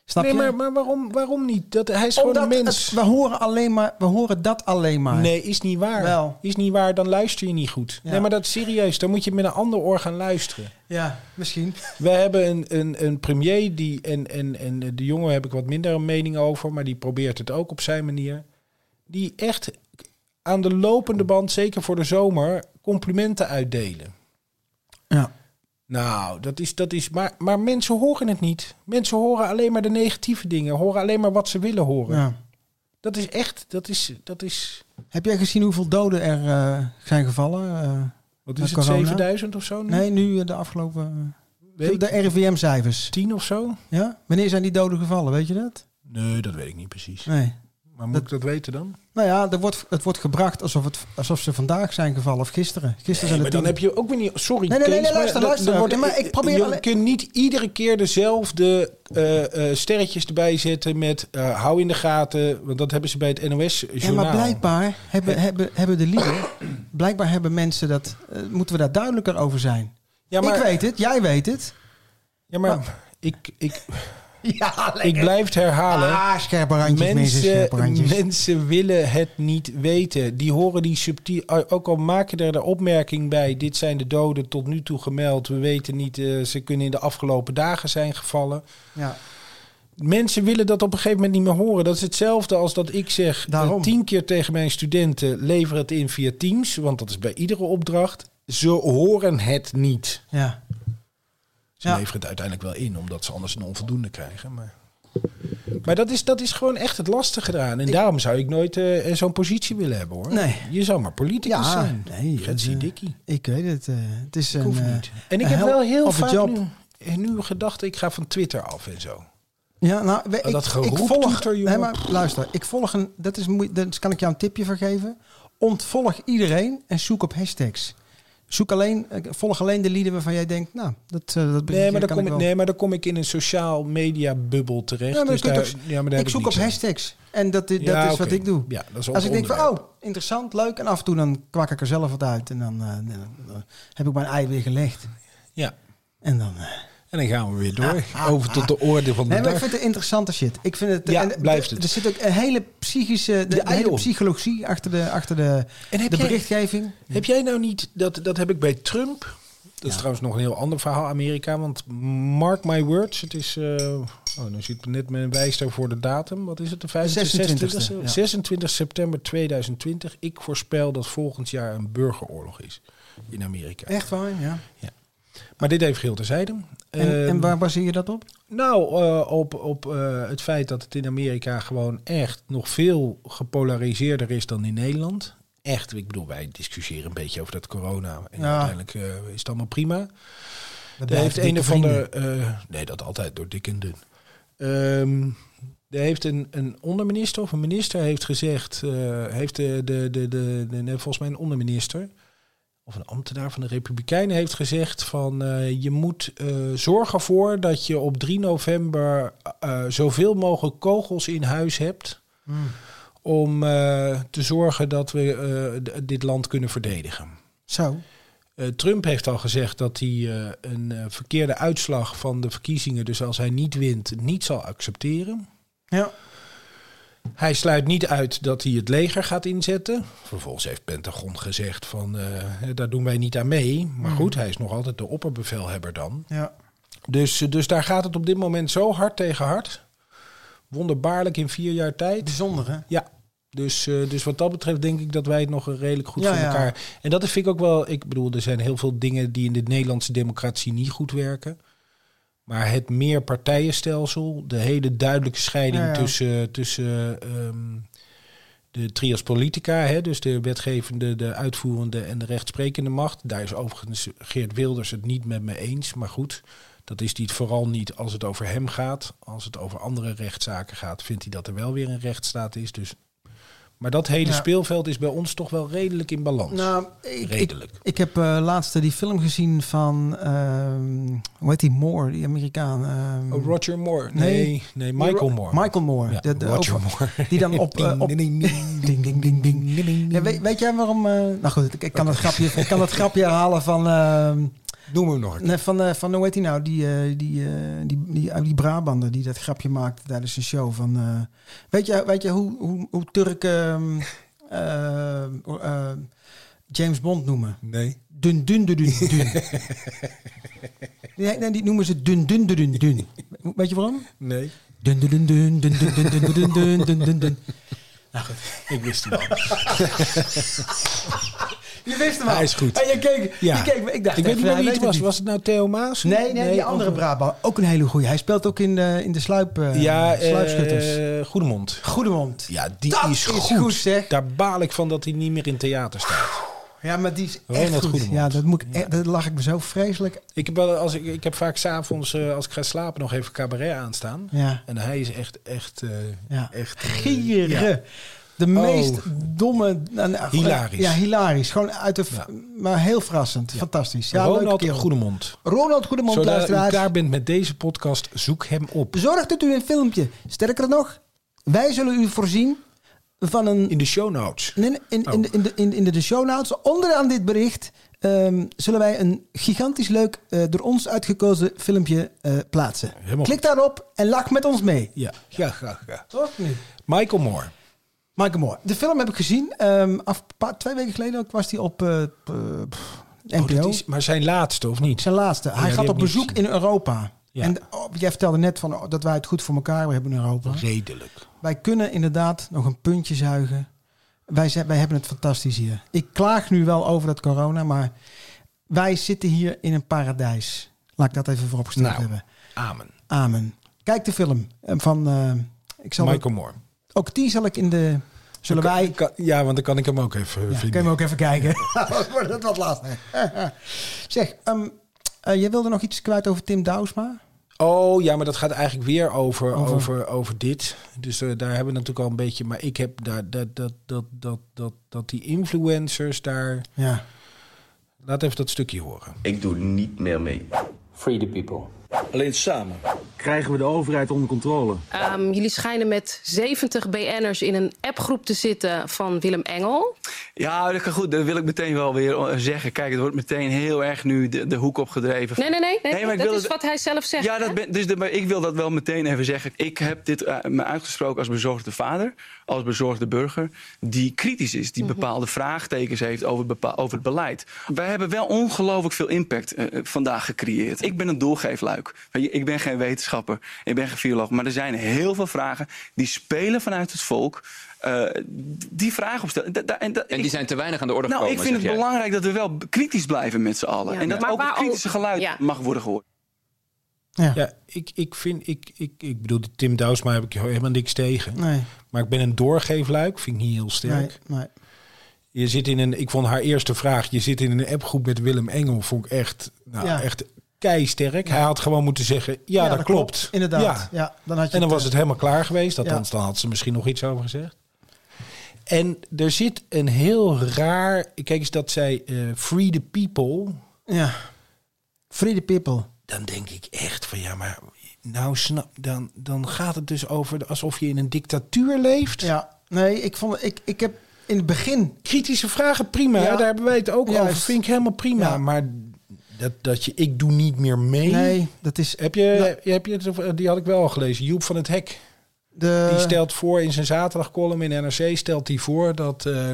Snap
Nee,
je?
maar, maar waarom, waarom niet? Dat, hij is
Omdat
gewoon een
het-
mens.
we horen alleen maar, we horen dat alleen maar.
Nee, is niet waar.
Wel.
Is niet waar, dan luister je niet goed.
Ja.
Nee, maar dat is serieus. Dan moet je met een ander oor gaan luisteren.
Ja, misschien.
We hebben een, een, een premier die, en, en, en de jongen heb ik wat minder een mening over, maar die probeert het ook op zijn manier. Die echt aan de lopende band, zeker voor de zomer, complimenten uitdelen.
Ja.
Nou, dat is, dat is maar, maar mensen horen het niet. Mensen horen alleen maar de negatieve dingen, horen alleen maar wat ze willen horen.
ja.
Dat is echt, dat is, dat is,
Heb jij gezien hoeveel doden er eh, zijn gevallen? Eh,
wat
Met
is het,
corona?
7000 of zo? nu?
nee, nu eh, de afgelopen...
Week?
De RIVM-cijfers.
10 of zo?
Ja? Wanneer zijn die doden gevallen, weet je dat?
Nee, dat weet ik niet precies.
Nee.
Maar moet
Dat-
ik dat weten dan?
Nou ja, er wordt, het wordt gebracht alsof, het, alsof ze vandaag zijn gevallen of gisteren. Gisteren zijn
maar
het
dan
tien.
heb je ook weer niet... Sorry,
Nee, nee, nee,
Kees,
nee,
maar
luister,
dat-
luister.
dat wordt- eh,
Nee, maar ik probeer
je
alleen-
kunt niet iedere keer dezelfde eh, eh, sterretjes erbij zetten met... eh, hou in de gaten, want dat hebben ze bij het
Ja,
NOS-journaal.
maar blijkbaar hebben, hebben, hebben de lieden... blijkbaar hebben mensen dat... eh, moeten we daar duidelijker over zijn.
Ja, maar,
ik weet het, jij weet het.
Ja, maar ik, ik,
Ja,
ik blijf het herhalen.
Ah, scherpe randjes, mensen, scherpe
Mensen,
randjes.
mensen willen het niet weten. Die horen die subtiel. eh, Ook al maak je er de opmerking bij: dit zijn de doden tot nu toe gemeld. We weten niet, eh, ze kunnen in de afgelopen dagen zijn gevallen.
Ja.
Mensen willen dat op een gegeven moment niet meer horen. Dat is hetzelfde als dat ik zeg eh,
Daarom.
tien keer tegen mijn studenten: lever het in via Teams, want dat is bij iedere opdracht. Ze horen het niet.
ja.
Ze
Ja.
leveren het uiteindelijk wel in, omdat ze anders een onvoldoende krijgen. Maar, maar dat, is, dat is gewoon echt het lastige eraan. En daarom zou ik nooit eh, zo'n positie willen hebben hoor.
Nee.
Je zou maar politicus
Ja,
zijn.
nee, dat,
Gretsie
eh,
Dikkie.
Ik weet het. eh, het is
Ik
een,
hoef
eh,
niet. En ik
een
heb
hell
wel heel
of a
vaak
job.
nu, nu gedacht, ik ga van Twitter af en zo.
Ja, nou, we- ik,
Oh, dat
ik
geroep
volg
toeter,
er,
jongen.
nee, maar luister, ik volg een. Dat is moe- dat kan ik jou een tipje vergeven. Ontvolg iedereen en zoek op hashtags. Zoek alleen, eh, volg alleen de lieden waarvan jij denkt, nou, dat, eh, dat
Nee maar,
dat
dan kom ik, nee, maar dan kom ik in een sociaal media bubbel terecht.
Ja, maar
dus
dan kun
daar,
je toch-
ja, maar daar
Ik
heb
zoek
niks
op
aan.
hashtags. En dat, dat
Ja,
is wat
oké.
ik doe.
Ja, dat is
Als ik denk van,
onderwerp.
oh, interessant, leuk. En af en toe dan kwak ik er zelf wat uit. En dan eh, dan heb ik mijn ei weer gelegd.
Ja,
En dan... eh,
en dan gaan we weer door. Over tot de orde van de
Ah, Nee, maar
dag.
ik vind het interessante shit. Ik vind het,
Ja,
en-
blijft het.
Er zit ook een hele psychische, de,
Ja,
de hele
joh.
psychologie achter de, achter de,
En heb
de
jij-
berichtgeving.
Heb jij nou niet, dat, dat heb ik bij Trump. Dat is trouwens nog een heel ander verhaal, Amerika. Want mark my words, het is. eh, oh, dan zit net mijn wijster voor de datum. Wat is het? De 25
26e,
26e,
ja.
26 september 2020. Ik voorspel dat volgend jaar een burgeroorlog is in Amerika.
Echt waar, ja.
Maar dit heeft geheel terzijde.
En,
Ehm,
en waar baseer je dat op?
nou, eh, op, op eh, het feit dat het in Amerika gewoon echt nog veel gepolariseerder is dan in Nederland. Echt, ik bedoel, wij discussiëren een beetje over dat corona. En
Ja.
uiteindelijk eh, is het allemaal prima.
Dat
Er heeft een of ander. eh, nee, dat altijd door dik en dun. Ehm, er heeft een, een onderminister of een minister heeft gezegd. eh, heeft de, de, de, de, de- nee, volgens mij een onderminister. of een ambtenaar van de Republikeinen heeft gezegd van eh, je moet eh zorgen ervoor dat je op 3 november eh, zoveel mogelijk kogels in huis hebt
Mm.
om eh, te zorgen dat we eh, d- dit land kunnen verdedigen.
Zo.
Eh, Trump heeft al gezegd dat hij eh, een eh, verkeerde uitslag van de verkiezingen, dus als hij niet wint, niet zal accepteren.
Ja.
Hij sluit niet uit dat hij het leger gaat inzetten. Vervolgens heeft Pentagon gezegd van eh, daar doen wij niet aan mee. Maar goed, hij is nog altijd de opperbevelhebber dan.
Ja.
Dus, eh, dus daar gaat het op dit moment zo hard tegen hard. Wonderbaarlijk in vier jaar tijd.
Bijzonder, hè?
Ja, dus, eh, dus wat dat betreft denk ik dat wij het nog redelijk goed
Ja,
voor
ja.
elkaar. En dat vind ik ook wel. Ik bedoel, er zijn heel veel dingen die in de Nederlandse democratie niet goed werken. Maar het meer partijenstelsel, de hele duidelijke scheiding
Ja, ja.
tussen, tussen ehm, de trias politica, hè, dus de wetgevende, de uitvoerende en de rechtsprekende macht. Daar is overigens Geert Wilders het niet met me eens. Maar goed, dat is hij het vooral niet als het over hem gaat. Als het over andere rechtszaken gaat, vindt hij dat er wel weer een rechtsstaat is. Dus. Maar dat hele
Ja.
speelveld is bij ons toch wel redelijk in balans.
Nou, ik, ik,
redelijk.
ik heb eh, laatst eh, die film gezien van, ehm, hoe heet die Moore, die Amerikaan? ehm,
Oh, Roger Moore.
Nee.
Nee, nee, Michael Moore.
Michael Moore.
Ja,
De- de-
Roger
over-
Moore.
Die dan op... eh, op
Ding, ding, ding,
ding, ding, ding, ding.
ding, ding.
Ja, weet, weet jij waarom... eh, nou goed, ik, ik kan dat grapje, ik kan dat grapje herhalen van... ehm,
Noem hem nog een keer.
Nee, van, eh, van hoe heet die nou? Die, eh, die, eh, die, die, die, Brabander die dat grapje maakte tijdens een show. Van, eh, weet, je, weet je hoe, hoe, hoe Turken ehm, eh, eh, James Bond noemen?
Nee.
Dun, dun, dun, dun, dun. nee, nee, die noemen ze dun, dun, dun, dun, dun. Weet je waarom?
Nee.
Dun, dun, dun, dun, dun, dun, dun, dun, dun, dun, dun, dun, dun.
Ik wist hem al.
Je wist hem al.
Hij is goed.
En je keek,
Ja.
je keek ik dacht
Ik weet
even,
niet meer
hij
wie het
weet
was. Was het nou Theo Maas? oh,
Nee, nee, die andere
of-
Brabant. Ook een hele goeie. Hij speelt ook in, eh, in de sluip, eh,
Ja,
sluipschutters.
eh Goedemond.
Goedemond.
Ja, die
Dat
is, goed.
zeg.
Daar baal ik van dat hij niet meer in theater staat.
Ja, maar die is echt
Ronald
goed.
Goedemond.
Ja, dat, moet ik, echt- dat lag ik me zo vreselijk.
Ik heb, wel, als ik, ik heb vaak s'avonds, eh als ik ga slapen, nog even cabaret aanstaan.
Ja,
En hij is echt, echt, eh,
ja.
echt... eh,
gieren.
ja.
De meest
Oh.
domme... nou, nou,
Hilarisch.
Ja, hilarisch. Gewoon uit de...
Ja.
Maar heel verrassend. Fantastisch. Ja, leuke
Ronald
kerel.
Goedemond.
Ronald Goedemond,
Zodra u
luisteraars.
klaar bent met deze podcast, zoek hem op.
Zorg dat u een filmpje... Sterker nog, wij zullen u voorzien van een...
In de show notes.
Nee, nee, in, in, de- in, de, in, in de show notes, onderaan dit bericht, ehm, zullen wij een gigantisch leuk, eh, door ons uitgekozen filmpje eh, plaatsen.
Helemaal
Klik daarop en lach met ons mee.
Ja, ja, ja. ja.
Toch nu?
Michael Moore.
Michael Moore. De film heb ik gezien. ehm, af, een paar- twee weken geleden ook was die op eh, p- eh, pff,
Oh,
NPO.
dat is, maar zijn laatste, of niet?
Zijn laatste. Hij
die
gaat
heb ik
op
niet
bezoek in Europa.
Ja.
En oh, jij vertelde net van, oh, dat wij het goed voor elkaar hebben in Europa.
Redelijk.
Wij kunnen inderdaad nog een puntje zuigen. Wij, zijn, wij hebben het fantastisch hier. Ik klaag nu wel over dat corona, maar wij zitten hier in een paradijs. Laat ik dat even vooropgesteld
Nou.
hebben.
Amen.
Amen. Kijk de film eh, van. eh, ik zal
Michael Moore.
het- ook die zal ik in de. Zullen
Dan
wij.
kan- kan- ja, want dan kan ik hem ook even
Ja, kun je
vinden.
hem ook even kijken? Wordt dat wat lastig. zeg, ehm eh, jij wilde nog iets kwijt over Tim Douwsma?
Oh ja, maar dat gaat eigenlijk weer over,
Over?
over. over, dit. Dus eh, daar hebben we natuurlijk al een beetje. Maar ik heb daar dat, dat, dat, dat, dat, dat die influencers daar.
Ja.
Laat even dat stukje horen.
Ik doe niet meer mee.
Free the people.
Alleen samen krijgen we de overheid onder controle.
Ehm, jullie schijnen met 70 BN'ers in een appgroep te zitten van Willem Engel.
Ja, dat gaat goed. Dat wil ik meteen wel weer eh, zeggen. Kijk, het wordt meteen heel erg nu de, de hoek opgedreven.
Nee, nee, nee. nee,
Nee, maar ik
dat
wil
is
het-
wat hij zelf zegt.
Ja,
hè?
dat ben, dus de- maar ik wil dat wel meteen even zeggen. Ik heb dit eh, me uitgesproken als bezorgde vader, als bezorgde burger... die kritisch is,
Mhm.
die bepaalde vraagtekens heeft over, bepa- over het beleid. Wij hebben wel ongelooflijk veel impact eh, eh, vandaag gecreëerd. Ik ben een doorgeefluik. Weet je, Ik ben geen wetenschapper, ik ben geen viroloog. Maar er zijn heel veel vragen die spelen vanuit het volk... eh, die vragen opstellen. Da- da- en da- ik-
zijn te weinig aan de orde
nou, ik vind het belangrijk dat we wel b- kritisch blijven met z'n allen.
Ja,
en dat
maar
ook
waar
het kritische
ook-
geluid
ja.
mag worden gehoord.
Ja.
Ja, ik, ik vind. Ik, ik, ik bedoel, die Tim Douwsma heb ik helemaal niks tegen.
Nee.
Maar ik ben een doorgeefluik. Vind ik niet heel sterk.
Nee. nee.
Je zit in een. Ik vond haar eerste vraag. Je zit in een appgroep met Willem Engel. Vond ik echt. Nou,
Ja.
echt keisterk. Hij had gewoon moeten zeggen. Ja, dat, klopt.
Inderdaad.
Ja.
Ja. dan had je
En dan
eh,
was het helemaal klaar geweest. Althans,
Ja.
dan had ze misschien nog iets over gezegd. En er zit een heel raar. Kijk eens, dat zij eh, Free the People.
eh, Ja. Free the People.
Dan denk ik echt van ja, maar nou snap. Dan, dan gaat het dus over de- alsof je in een dictatuur leeft.
Ja, nee, ik, vond, ik, ik heb in het begin.
Kritische vragen, prima.
Ja.
Daar hebben wij het ook over.
Juist.
Vind ik helemaal prima.
Ja.
Maar dat, dat je, ik doe niet meer mee.
Nee, dat is
Heb je, heb je het, die had ik wel al gelezen. Joep van het Hek.
de.
Die stelt voor in zijn zaterdagcolumn in NRC stelt hij voor dat, eh,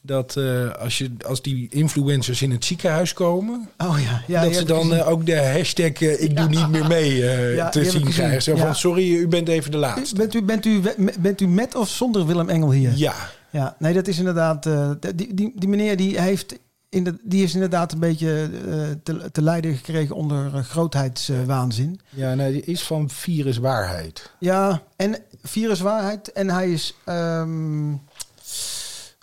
dat eh, als, je, als die influencers in het ziekenhuis komen,
Oh ja, ja
dat
die
ze
heb ik
dan
gezien.
eh, ook de hashtag eh, ik doe niet meer mee eh,
Ja,
te
die heb ik
zien
gezien.
krijgen. Zo van
Ja.
sorry, u bent even de laatste.
Bent u, bent, u, bent u met of zonder Willem Engel hier?
eh, Ja,
Ja, nee, dat is inderdaad. eh, die, die, die meneer die heeft. In de, die is inderdaad een beetje eh, te, te lijden gekregen onder eh, grootheidswaanzin.
ja nee, die is van viruswaarheid.
ja, en viruswaarheid. En hij is. ehm,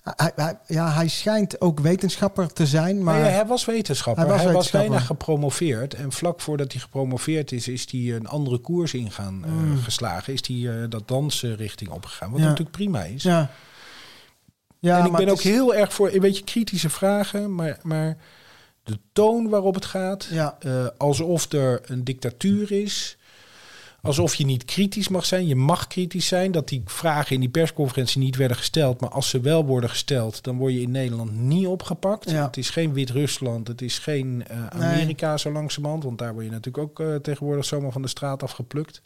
hij, hij- ja, hij schijnt ook wetenschapper te zijn. Maar
Maar hij was wetenschapper.
Hij
Hij was,
was wetenschapper.
bijna gepromoveerd. En vlak voordat hij gepromoveerd is, is hij een andere koers ingaan eh,
Mm.
geslagen. Is hij eh, dat dansen richting opgegaan. Wat
Ja.
natuurlijk prima is.
ja. Ja,
en ik
maar
ben
het
ook
is-
heel erg voor, een beetje kritische vragen, maar, maar de toon waarop het gaat,
Ja,
eh, alsof er een dictatuur is, alsof je niet kritisch mag zijn, je mag kritisch zijn, dat die vragen in die persconferentie niet werden gesteld, maar als ze wel worden gesteld, dan word je in Nederland niet opgepakt.
Ja.
Het is geen Wit-Rusland, het is geen eh, Amerika zo langzamerhand, want daar word je natuurlijk ook eh, tegenwoordig zomaar van de straat afgeplukt.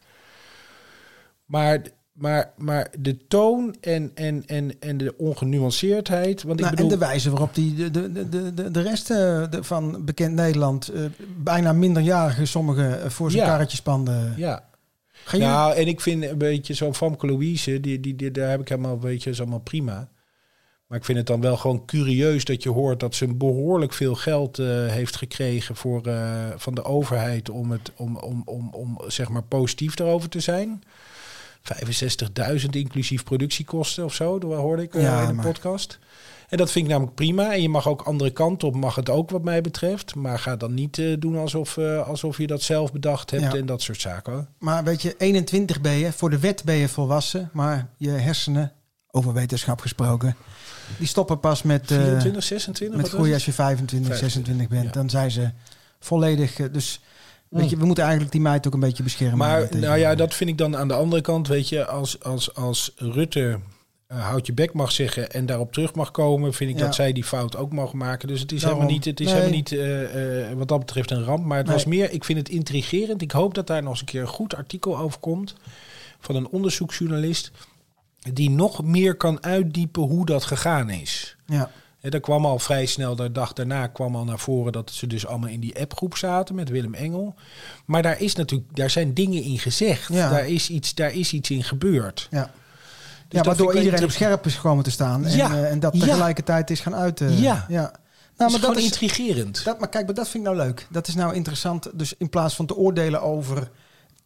Maar, maar, maar de toon en, en, en, en de ongenuanceerdheid. Want ik
nou,
bedoel,
en de wijze waarop die de, de, de, de, de rest eh, de- van bekend Nederland... eh, bijna minderjarigen sommigen eh, voor zijn
Ja.
karretjes panden.
ja.
Gaan jullie-
Nou, en ik vind een beetje zo'n Famke Louise, die, die, die, daar heb ik helemaal, weet je, is allemaal prima. Maar ik vind het dan wel gewoon curieus dat je hoort dat ze behoorlijk veel geld eh, heeft gekregen voor, eh, van de overheid om, het, om, om, om, om zeg maar positief daarover te zijn. 65.000 inclusief productiekosten of zo, dat hoorde ik eh,
Ja,
in de
maar-
podcast. En dat vind ik namelijk prima. En je mag ook andere kant op, mag het ook wat mij betreft. Maar ga dan niet eh, doen alsof, eh, alsof je dat zelf bedacht hebt
Ja.
en dat soort zaken. hoor.
Maar weet je, 21 ben je, voor de wet ben je volwassen, maar je hersenen, over wetenschap gesproken, die stoppen pas met, eh,
24, 26?
met
wat was
groeien
het?
als je 25, 26 bent.
ja.
Dan zijn ze volledig. eh, dus
Mm.
weet je, we moeten eigenlijk die meid ook een beetje beschermen.
Maar
tegen-
nou ja, dat vind ik dan aan de andere kant. Weet je, als, als, als Rutte eh, houd je bek mag zeggen en daarop terug mag komen, vind ik
Ja.
dat zij die fout ook mag maken. Dus het is
Daarom.
helemaal niet, het is
Nee.
helemaal niet eh, eh, wat dat betreft een ramp. Maar het
Nee.
was meer, ik vind het intrigerend. Ik hoop dat daar nog eens een keer een goed artikel over komt van een onderzoeksjournalist. Die nog meer kan uitdiepen hoe dat gegaan is.
Ja,
Hè, daar kwam al vrij snel, de dag daarna kwam al naar voren dat ze dus allemaal in die appgroep zaten met Willem Engel. Maar daar, is natuurlijk, daar zijn dingen in gezegd.
Ja.
Daar, is iets, daar is iets in gebeurd. Dus
ja.
dat
ja
vind ik
waardoor
wel
iedereen op
interessant.
scherp is gekomen te staan. En,
Ja,
eh, en dat
ja.
tegelijkertijd is gaan uiten.
Ja.
ja.
dat
Nou,
is
maar dat
gewoon
is,
intrigerend.
Dat, maar kijk, maar dat vind ik nou leuk. Dat is nou interessant. Dus in plaats van te oordelen over.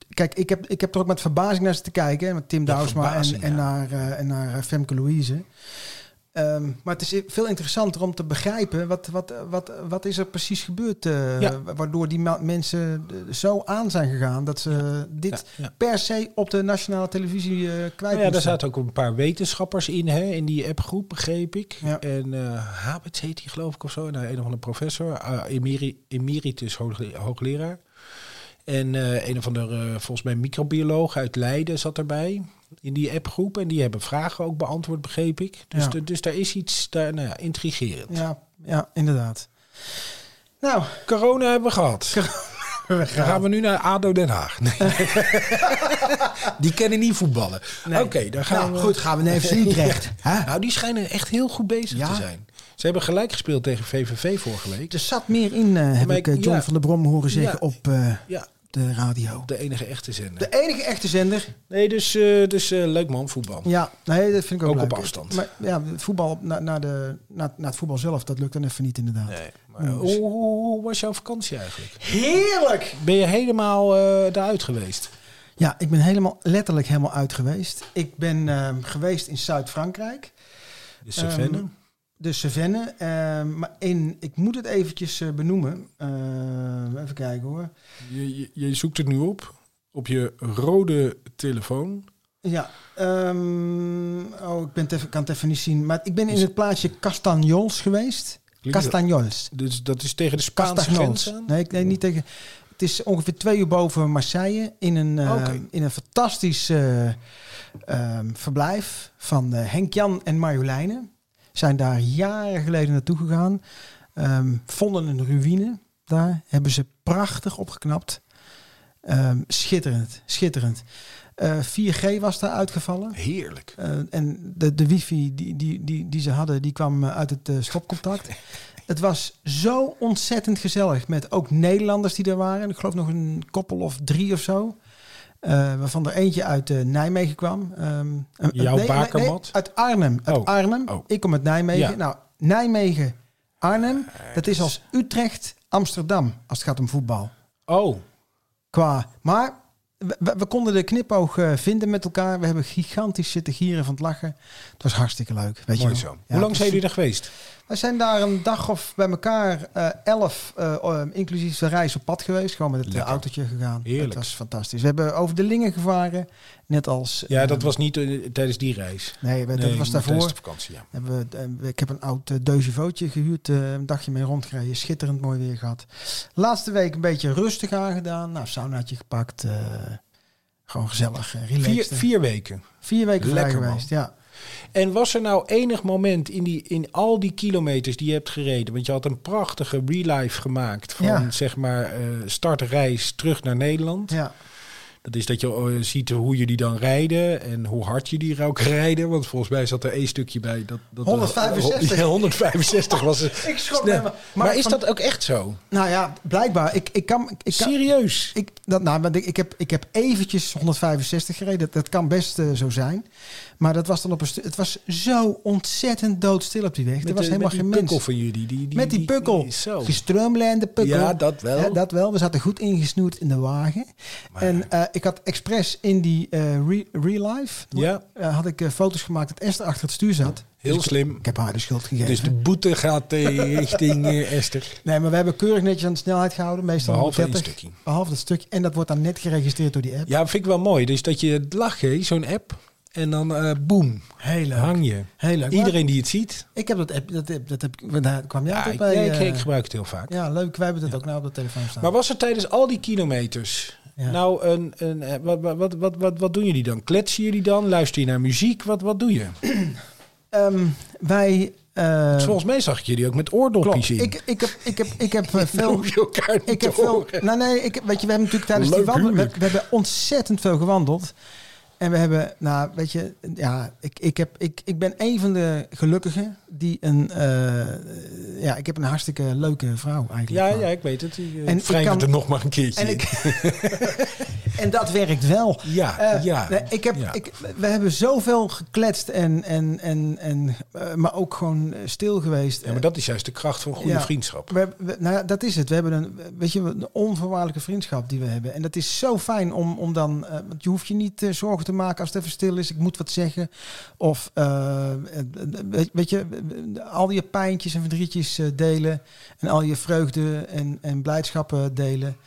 Kijk, ik heb, ik heb er ook met verbazing naar zitten kijken. hè, Met Tim
Ja,
Douwsma en,
verbazing,
en,
ja.
naar, eh, en naar eh, Femke Louise. Ehm, maar het is veel interessanter om te begrijpen wat, wat, wat, wat is er precies gebeurd. eh,
Ja.
Waardoor die ma- mensen eh, zo aan zijn gegaan dat ze dit
Ja, ja.
per se op de nationale televisie eh, kwijt
Nou ja, daar
moesten.
zaten ook een paar wetenschappers in, hè, in die appgroep, begreep ik.
Ja.
En eh Habits heet die, geloof ik, of zo. Nou, een of andere professor, eh, emeri- emeritus hoogle- hoogleraar. En eh, een of andere, eh, volgens mij, microbioloog uit Leiden zat erbij in die appgroep. En die hebben vragen ook beantwoord, begreep ik. Dus,
Ja.
de- dus daar is iets daar, nou ja, intrigerend.
Ja, ja, inderdaad. Nou,
Corona hebben we gehad.
we
Dan
gaan.
gaan we nu naar ADO Den Haag. Nee. die kennen niet voetballen. Oké, dan gaan
Nou,
we...
goed, gaan we naar FC Utrecht. Hè?
Nou, die schijnen echt heel goed bezig
Ja?
te zijn. Ze hebben gelijk gespeeld tegen VVV vorige week.
Er zat meer in, eh, heb
Maar
ik
ik-
eh, John
ja.
van der Brom horen zeggen
Ja.
op eh,
Ja,
de radio.
de enige echte zender.
De enige echte zender.
Nee, dus, eh, dus eh, leuk man, voetbal.
Ja, nee, dat vind ik ook,
Ook op
leuk.
afstand.
Maar ja, voetbal na, na de, na, na het voetbal zelf, dat lukt dan even niet inderdaad.
Nee, maar hoe, hoe- hoe was jouw vakantie eigenlijk?
Heerlijk!
Ben je helemaal eh daaruit geweest?
Ja, ik ben helemaal letterlijk helemaal uit geweest. Ik ben eh, geweest in Zuid-Frankrijk,
De Cevennen?
Ehm, de Cevennen. eh, maar in, ik moet het eventjes eh, benoemen. Eh, even kijken hoor.
je, je, je zoekt het nu op, op je rode telefoon.
Ja, ehm, oh, ik ben het even, kan het even niet zien. Maar ik ben in het plaatsje Castanjols geweest.
Klinkt zo.
Castanjols.
Dus dat is tegen de Spaanse grens aan?
Nee, ik- nee, niet tegen. Het is ongeveer twee uur boven Marseille in een, eh,
Oké.
in een fantastisch eh, ehm, verblijf van eh, Henk-Jan en Marjoleine. Zijn daar jaren geleden naartoe gegaan. Ehm, vonden een ruïne daar. Hebben ze prachtig opgeknapt. Ehm, schitterend, schitterend. Eh, 4G was daar uitgevallen.
Heerlijk.
Eh, en de, de wifi die, die, die, die ze hadden, die kwam eh, uit het eh, stopcontact. het was zo ontzettend gezellig met ook Nederlanders die er waren. Ik geloof nog een koppel of drie of zo. Eh, waarvan er eentje uit eh, Nijmegen kwam. Ehm, eh,
Jouw bakermat?
uit Arnhem. Uit
Oh.
Arnhem.
Oh.
Ik kom uit Nijmegen.
Ja.
Nou, Nijmegen, Arnhem. dat is als Utrecht, Amsterdam. Als het gaat om voetbal.
Oh,
Qua. Maar we, we- we konden de knipoog eh, vinden met elkaar. We hebben gigantisch zitten gieren van het lachen. Het was hartstikke leuk. Weet
mooi
je
zo.
wel. Ja,
Hoe lang
het
zijn
was-
jullie er geweest?
We zijn daar een dag of bij elkaar eh, elf, eh, eh, inclusief de reis op pad geweest. Gewoon met het eh,
Lekker.
autootje gegaan.
Heerlijk.
Het was fantastisch. We hebben over de Lingen gevaren. Net als...
Ja,
eh,
dat was niet eh, tijdens die reis.
Nee, we- dat
Nee,
was
Tijdens
daarvoor.
de vakantie, ja.
Hebben we, eh, we- ik heb een oud eh, deuxivootje gehuurd, eh, een dagje mee rondgereden. Schitterend mooi weer gehad. Laatste week een beetje rustig aangedaan. Nou, saunaatje gepakt. eh, gewoon gezellig, eh, relaxed.
Vier, vier weken.
Vier weken vrij
Lekker, man.
geweest, ja.
En was er nou enig moment in, die, in al die kilometers die je hebt gereden? Want je had een prachtige relife gemaakt van
Ja.
zeg maar eh, startreis terug naar Nederland.
ja.
Dat is dat je eh, ziet hoe jullie dan rijden en hoe hard jullie ook rijden. Want volgens mij zat er één stukje bij. Dat, dat
165.
Ja, 165 was het.
Ik schrok
Snel.
me helemaal.
Maar,
Maar
is
van-
dat ook echt zo?
Nou ja, blijkbaar. Ik, ik kan... Ik kan
Serieus?
ik, dat, nou, want ik, ik, heb, ik heb eventjes 165 gereden. Dat, dat kan best eh, zo zijn. Maar dat was dan op een stu- Het was zo ontzettend doodstil op die weg. er was
de-
helemaal
met
geen
die
mens.
pukkel van jullie. Die, die,
Met die pukkel.
die- zo.
Gestroomlijnde pukkel.
Ja, dat wel.
Ja, dat wel. We zaten goed ingesnoerd in de wagen. En eh, ik had expres in die eh re- Relive...
Ja.
eh, had ik eh, foto's gemaakt dat Esther achter het stuur zat.
Heel
Dus ik-
slim.
Ik heb haar de schuld gegeven.
Dus de boete gaat eh, richting eh, Esther.
Nee, maar we hebben keurig netjes aan de snelheid gehouden. Meestal
Behalve
130.
één stukje.
Behalve dat stukje. En dat wordt dan net geregistreerd door die app.
Ja, vind ik wel mooi. Dus dat je lacht, hè, zo'n app. En dan eh boem,
Heel leuk.
hang je.
Heel leuk.
Iedereen die het ziet.
Maar Ik heb dat app, dat app, dat heb, want daar kwam jij
Ja,
altijd
ik,
bij.
ja, ik,
eh,
ik gebruik het heel vaak.
ja, leuk. Wij hebben dat ook nou op de telefoon staan.
Maar was er tijdens al die kilometers...
Ja.
Nou, een, een, eh, wat, wat, wat, wat, wat, wat doen jullie dan? Kletsen jullie dan? Luister je naar muziek? Wat, wat doe je? Dus
Ehm, wij... eh,
Volgens mij zag ik jullie ook met oordopjes
klopt.
in.
Ik, ik heb, ik heb, ik heb eh,
Dan
veel...
hoef je elkaar niet
Ik heb
te
veel...
horen.
Nou nee, ik, weet je, we hebben natuurlijk tijdens
Leuk
die wandel, we,
huwelijk.
we hebben ontzettend veel gewandeld. En we hebben, nou weet je, ja, ik, ik, heb, ik, ik ben een van de gelukkigen die een, eh, ja, ik heb een hartstikke leuke vrouw eigenlijk.
Ja,
Maar-
ja, ik weet het. Je
En
en
ik kan-
er nog maar een keertje
En,
in.
ik, en dat werkt wel.
Ja,
Eh,
ja.
nee, ik heb,
ja.
Ik, we hebben zoveel gekletst en, en, en, en eh, maar ook gewoon eh, stil geweest.
ja, maar dat is juist de kracht van goede
Ja.
vriendschap.
We- we- nou ja, dat is het. We hebben een, weet je, een onvoorwaardelijke vriendschap die we hebben. En dat is zo fijn om, om dan... eh, want je hoeft je niet eh, zorgen te maken als het even stil is. Ik moet wat zeggen. Of, eh, weet, weet je, al je pijntjes en verdrietjes eh, delen. En al je vreugde en, en blijdschappen delen.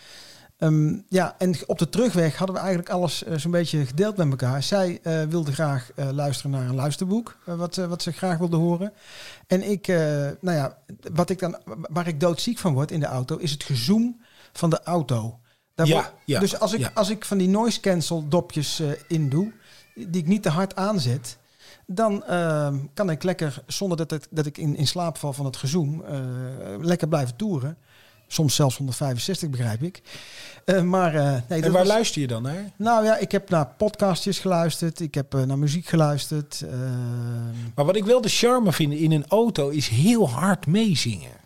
Ehm, ja, en op de terugweg hadden we eigenlijk alles eh, zo'n beetje gedeeld met elkaar. Zij eh, wilde graag eh, luisteren naar een luisterboek, eh, wat, eh, wat ze graag wilde horen. En ik, eh, nou ja, wat ik dan, waar ik doodziek van word in de auto, is het gezoem van de auto. Daar
Ja,
word-
ja,
dus als ik,
ja.
als ik van die noise cancel dopjes eh, in doe, die ik niet te hard aanzet, dan ehm, kan ik lekker, zonder dat, het, dat ik in, in slaap val van het gezoem, eh, lekker blijven toeren. Soms zelfs 165 begrijp ik. Eh, maar eh, nee,
en
dat
waar
was-
luister je dan naar?
Nou ja, ik heb naar podcastjes geluisterd, ik heb eh, naar muziek geluisterd. ehm,
Maar wat ik wel de charme vind in een auto is heel hard meezingen.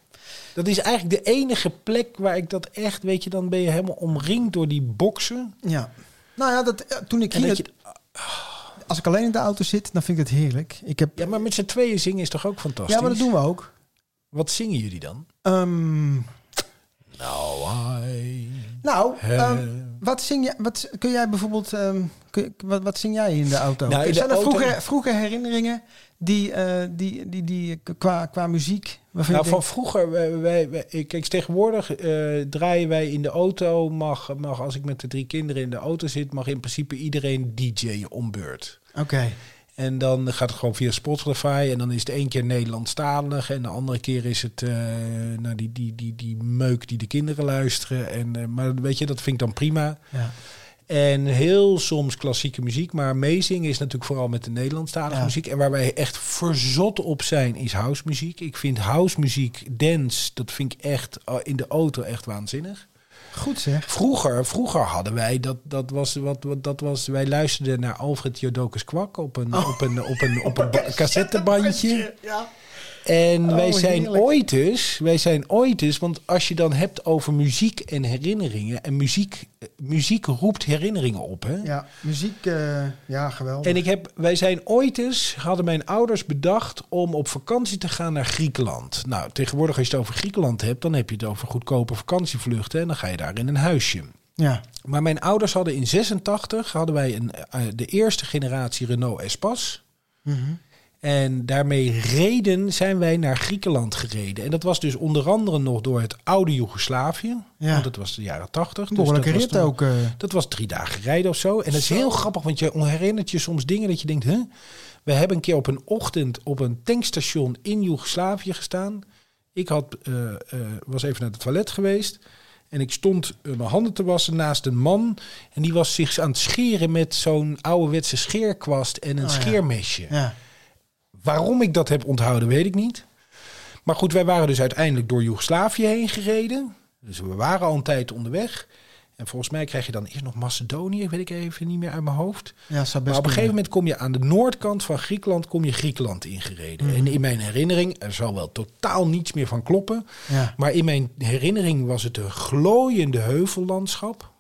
Dat is eigenlijk de enige plek waar ik dat echt, weet je, dan ben je helemaal omringd door die boksen.
Ja. Nou ja, dat, eh, toen ik
En
hier...
dat je,
Als ik alleen in de auto zit, dan vind ik het heerlijk. Ik heb,
ja, maar met z'n tweeën zingen is toch ook fantastisch?
ja, maar dat doen we ook.
Wat zingen jullie dan?
Ehm,
Nou, I...
nou,
Hè.
ehm, wat zing jij... Wat, kun jij bijvoorbeeld... ehm, kun je- wat, wat zing jij in de auto?
Nou, in de
Zijn er
auto-
vroege, vroege herinneringen die, eh, die, die, die, eh, qua, qua muziek... wa- Waarvan
Nou,
je
van
denkt,
vroeger, wij, wij- wij- kijk, tegenwoordig eh, draaien wij in de auto, mag, mag als ik met de drie kinderen in de auto zit, mag in principe iedereen DJ om beurt.
Oké,
En dan gaat het gewoon via Spotify. En dan is het één keer Nederlandstalig. En de andere keer is het eh, nou, die, die, die, die meuk die de kinderen luisteren. En, eh, maar weet je, dat vind ik dan prima.
ja.
En heel soms klassieke muziek. Maar meezingen is natuurlijk vooral met de Nederlandstalige
Ja.
muziek. En waar wij echt verzot op zijn, is housemuziek. Ik vind housemuziek, dance, dat vind ik echt eh, in de auto echt waanzinnig.
goed zeg.
Vroeger, vroeger hadden wij dat, dat was wat, wat dat was. Wij luisterden naar Alfred Jodokus Kwak op een,
Oh.
op een, op een, op een, ba- cassettebandje.
Ja.
En
Oh,
wij zijn
heerlijk.
ooit eens, wij zijn ooit eens, want als je dan hebt over muziek en herinneringen. En muziek, muziek roept herinneringen op. Hè?
ja, muziek, eh, ja, geweldig.
En ik heb, wij zijn ooit eens, hadden mijn ouders bedacht om op vakantie te gaan naar Griekenland. Nou, tegenwoordig als je het over Griekenland hebt, dan heb je het over goedkope vakantievluchten. En dan ga je daar in een huisje.
Ja,
Maar mijn ouders hadden in 86 hadden wij een, eh, de eerste generatie Renault Espace.
Mhm.
En daarmee reden zijn wij naar Griekenland gereden. En dat was dus onder andere nog door het oude Joegoslavië.
Ja.
Want dat was de jaren 80. Dus
een
dat
behoorlijke
was
rit
toen-
ook. eh.
dat was drie dagen rijden of zo. En dat is heel grappig, want je herinnert je soms dingen dat je denkt... Huh? We hebben een keer op een ochtend op een tankstation in Joegoslavië gestaan. Ik had, eh, eh, was even naar het toilet geweest. En ik stond eh, mijn handen te wassen naast een man. En die was zich aan het scheren met zo'n ouderwetse scheerkwast en een
Oh ja.
scheermesje.
ja.
Waarom ik dat heb onthouden, weet ik niet. Maar goed, wij waren dus uiteindelijk door Joegoslavië heen gereden. Dus we waren al een tijd onderweg. En volgens mij krijg je dan eerst nog Macedonië, weet ik even niet meer uit mijn hoofd.
ja, zou best
Maar op een
kunnen.
gegeven moment kom je aan de noordkant van Griekenland, kom je Griekenland ingereden.
Mhm.
En in mijn herinnering, er zal wel totaal niets meer van kloppen.
Ja.
Maar in mijn herinnering was het een glooiende heuvellandschap.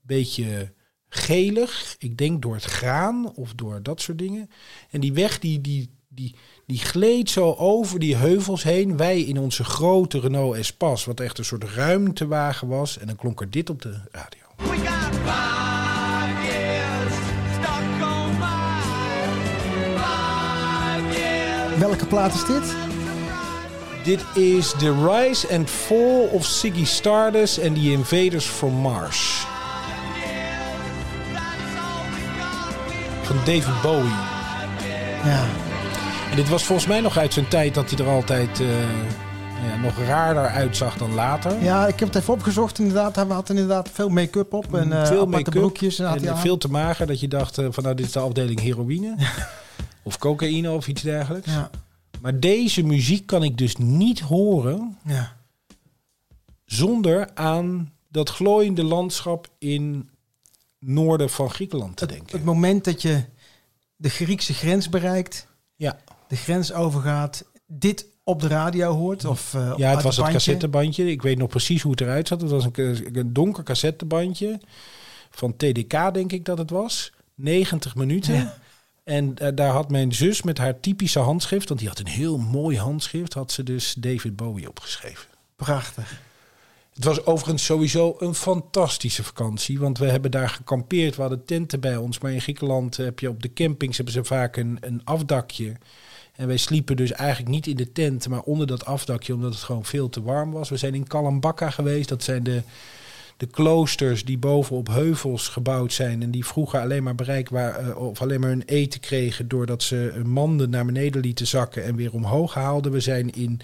Beetje gelig, ik denk door het graan of door dat soort dingen. En die weg die, die, die, die gleed zo over die heuvels heen. Wij in onze grote Renault Espace, wat echt een soort ruimtewagen was. En dan klonk er dit op de radio.
Welke plaat is dit?
Dit is The Rise and Fall of Ziggy Stardust and the Invaders from Mars. Van David Bowie.
Ja.
En dit was volgens mij nog uit zijn tijd dat hij er altijd eh, nou ja, nog raarder uitzag dan later.
ja, ik heb het even opgezocht inderdaad. Hij had inderdaad veel make-up op en eh
veel
aparte
make-up
broekjes. En had
en
hij aan.
veel te mager dat je dacht eh, van nou dit is de afdeling heroïne. of cocaïne of iets dergelijks.
Ja,
Maar deze muziek kan ik dus niet horen
ja.
zonder aan dat glooiende landschap in noorden van Griekenland te denken.
Het moment dat je de Griekse grens bereikt,
ja.
de grens overgaat, dit op de radio hoort. Of, eh, op-
ja,
uit
het was
een
dat
bandje.
cassettebandje. Ik weet nog precies hoe het eruit zat. Het was een, eh, een donker cassettebandje van TDK, denk ik dat het was. 90 minuten.
Ja.
En eh, daar had mijn zus met haar typische handschrift, want die had een heel mooi handschrift, had ze dus David Bowie opgeschreven.
Prachtig.
Het was overigens sowieso een fantastische vakantie. Want we hebben daar gekampeerd. We hadden tenten bij ons. Maar in Griekenland heb je op de campings hebben ze vaak een, een afdakje. En wij sliepen dus eigenlijk niet in de tent, maar onder dat afdakje, omdat het gewoon veel te warm was. We zijn in Kalambaka geweest. Dat zijn de, de kloosters die boven op heuvels gebouwd zijn. En die vroeger alleen maar bereik waren, eh, of alleen maar hun eten kregen. doordat ze hun manden naar beneden lieten zakken en weer omhoog haalden. We zijn in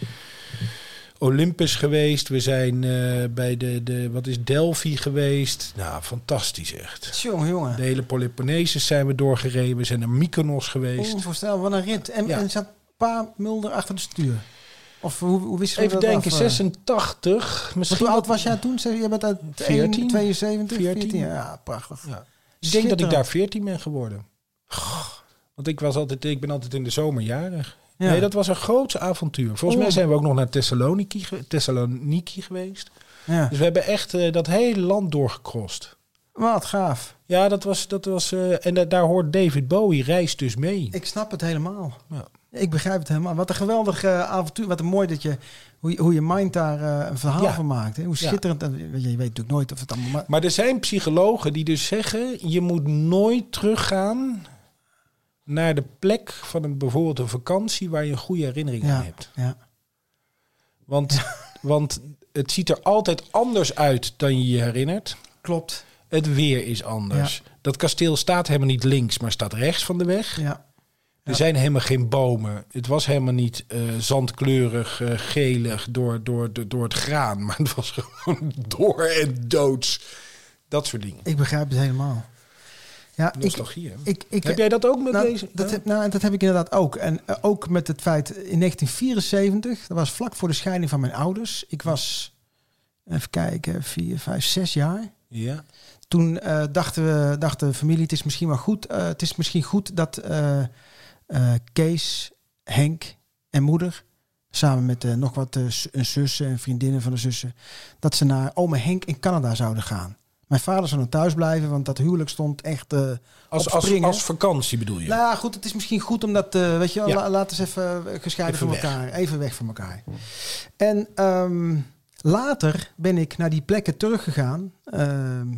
Olympus geweest. We zijn eh, bij de, de, wat is Delphi geweest. Nou, fantastisch echt.
Jongen, jongen.
De hele Peloponnesus zijn we doorgereden. We zijn naar Mykonos geweest.
Onvoorstelbaar, wat een rit. En,
Ja.
en zat pa Mulder achter de stuur? Of hoe, hoe wist je
Even
dat
denken,
af? eh?
86.
Want
Misschien
hoe
wat-
oud was jij toen? Zeg, Je bent uit
14?
72, 14.
14?
Ja, prachtig.
Ja. Ik denk dat ik
Schitterend.
daar 14 ben geworden. Want ik, was altijd, ik ben altijd in de zomer jarig.
Ja.
Nee, dat was een groot avontuur. Volgens
Oh.
mij zijn we ook nog naar Thessaloniki, ge- Thessaloniki geweest.
Ja.
Dus we hebben echt eh, dat hele land doorgekrost.
Wat gaaf.
Ja, dat was. Dat was eh, en da- daar hoort David Bowie reist dus mee.
Ik snap het helemaal.
Ja.
Ik begrijp het helemaal. Wat een geweldig eh, avontuur. Wat een mooi dat je, hoe je, hoe je mind daar eh, een verhaal
Ja.
van maakt. Hè? Hoe
Ja.
schitterend. dat- weet je, je weet natuurlijk nooit of het allemaal... Maar,
Maar er zijn psychologen die dus zeggen: je moet nooit teruggaan naar de plek van een, bijvoorbeeld een vakantie waar je een goede herinnering aan
ja,
hebt.
ja.
Want, want het ziet er altijd anders uit dan je je herinnert.
Klopt.
Het weer is anders. Dat kasteel staat helemaal niet links, maar staat rechts van de weg.
Ja.
Er zijn helemaal geen bomen. Het was helemaal niet eh, zandkleurig, eh, gelig door, door, door, door het graan. Maar het was gewoon door en doods. Dat soort dingen.
Ik begrijp het helemaal. Ja,
Nostalgie, hè?
ik, ik,
Heb jij dat ook met
nou,
deze?
Dat
Ja.
heb, nou, dat heb ik inderdaad ook. En eh, ook met het feit in 1974, dat was vlak voor de scheiding van mijn ouders. Ik was, even kijken, vier, vijf, zes jaar.
Ja.
Toen eh, dachten we, dacht de familie, het is misschien wel goed. eh, het is misschien goed dat eh, eh, Kees, Henk en moeder, samen met eh, nog wat eh, z- een zussen en vriendinnen van de zussen, dat ze naar oma Henk in Canada zouden gaan. Mijn vader zou dan thuis blijven, want dat huwelijk stond echt eh
Als,
op
als,
springen.
als vakantie bedoel je?
Nou ja, goed, het is misschien goed omdat, eh weet je wel,
Ja.
la- laten we eens even eh, gescheiden
Even
van
weg.
elkaar. Even weg van elkaar. En ehm, later ben ik naar die plekken teruggegaan, ehm,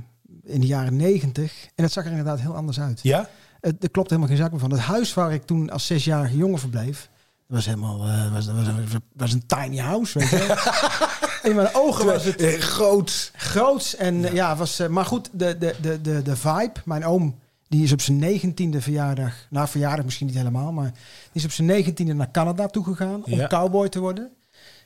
in de jaren negentig. En dat zag er inderdaad heel anders uit.
ja?
Het, er klopt helemaal geen zak meer van. Het huis waar ik toen als zesjarige jongen verbleef, dat was helemaal, eh, was, was, was, was een tiny house, weet je wel. In mijn ogen was het
Eh, Groot.
groots. En ja, ja was, eh, maar goed, de, de, de, de, de vibe. Mijn oom, die is op zijn negentiende verjaardag, nou verjaardag misschien niet helemaal, maar die is op zijn negentiende naar Canada toegegaan om
Ja.
cowboy te worden.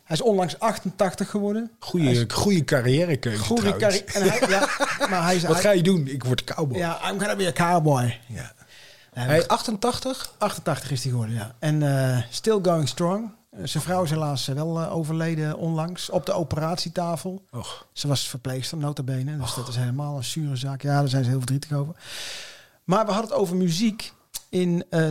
Hij is onlangs 88 geworden. Hij is-
Goeie, goede carrièrekeuze
Goede
trouwens.
carri- en hij- ja, maar hij is
Wat ga je doen? Ik word cowboy.
Ja, I'm gonna be a cowboy.
Ja.
Hij
Hij 88?
88 is hij geworden, ja. En eh, still going strong. Eh, zijn vrouw is helaas eh, wel eh, overleden onlangs op de operatietafel.
Och.
Ze was verpleegster, notabene. Dus dat is helemaal een zure zaak. Ja, daar zijn ze heel verdrietig over. Maar we hadden het over muziek in eh,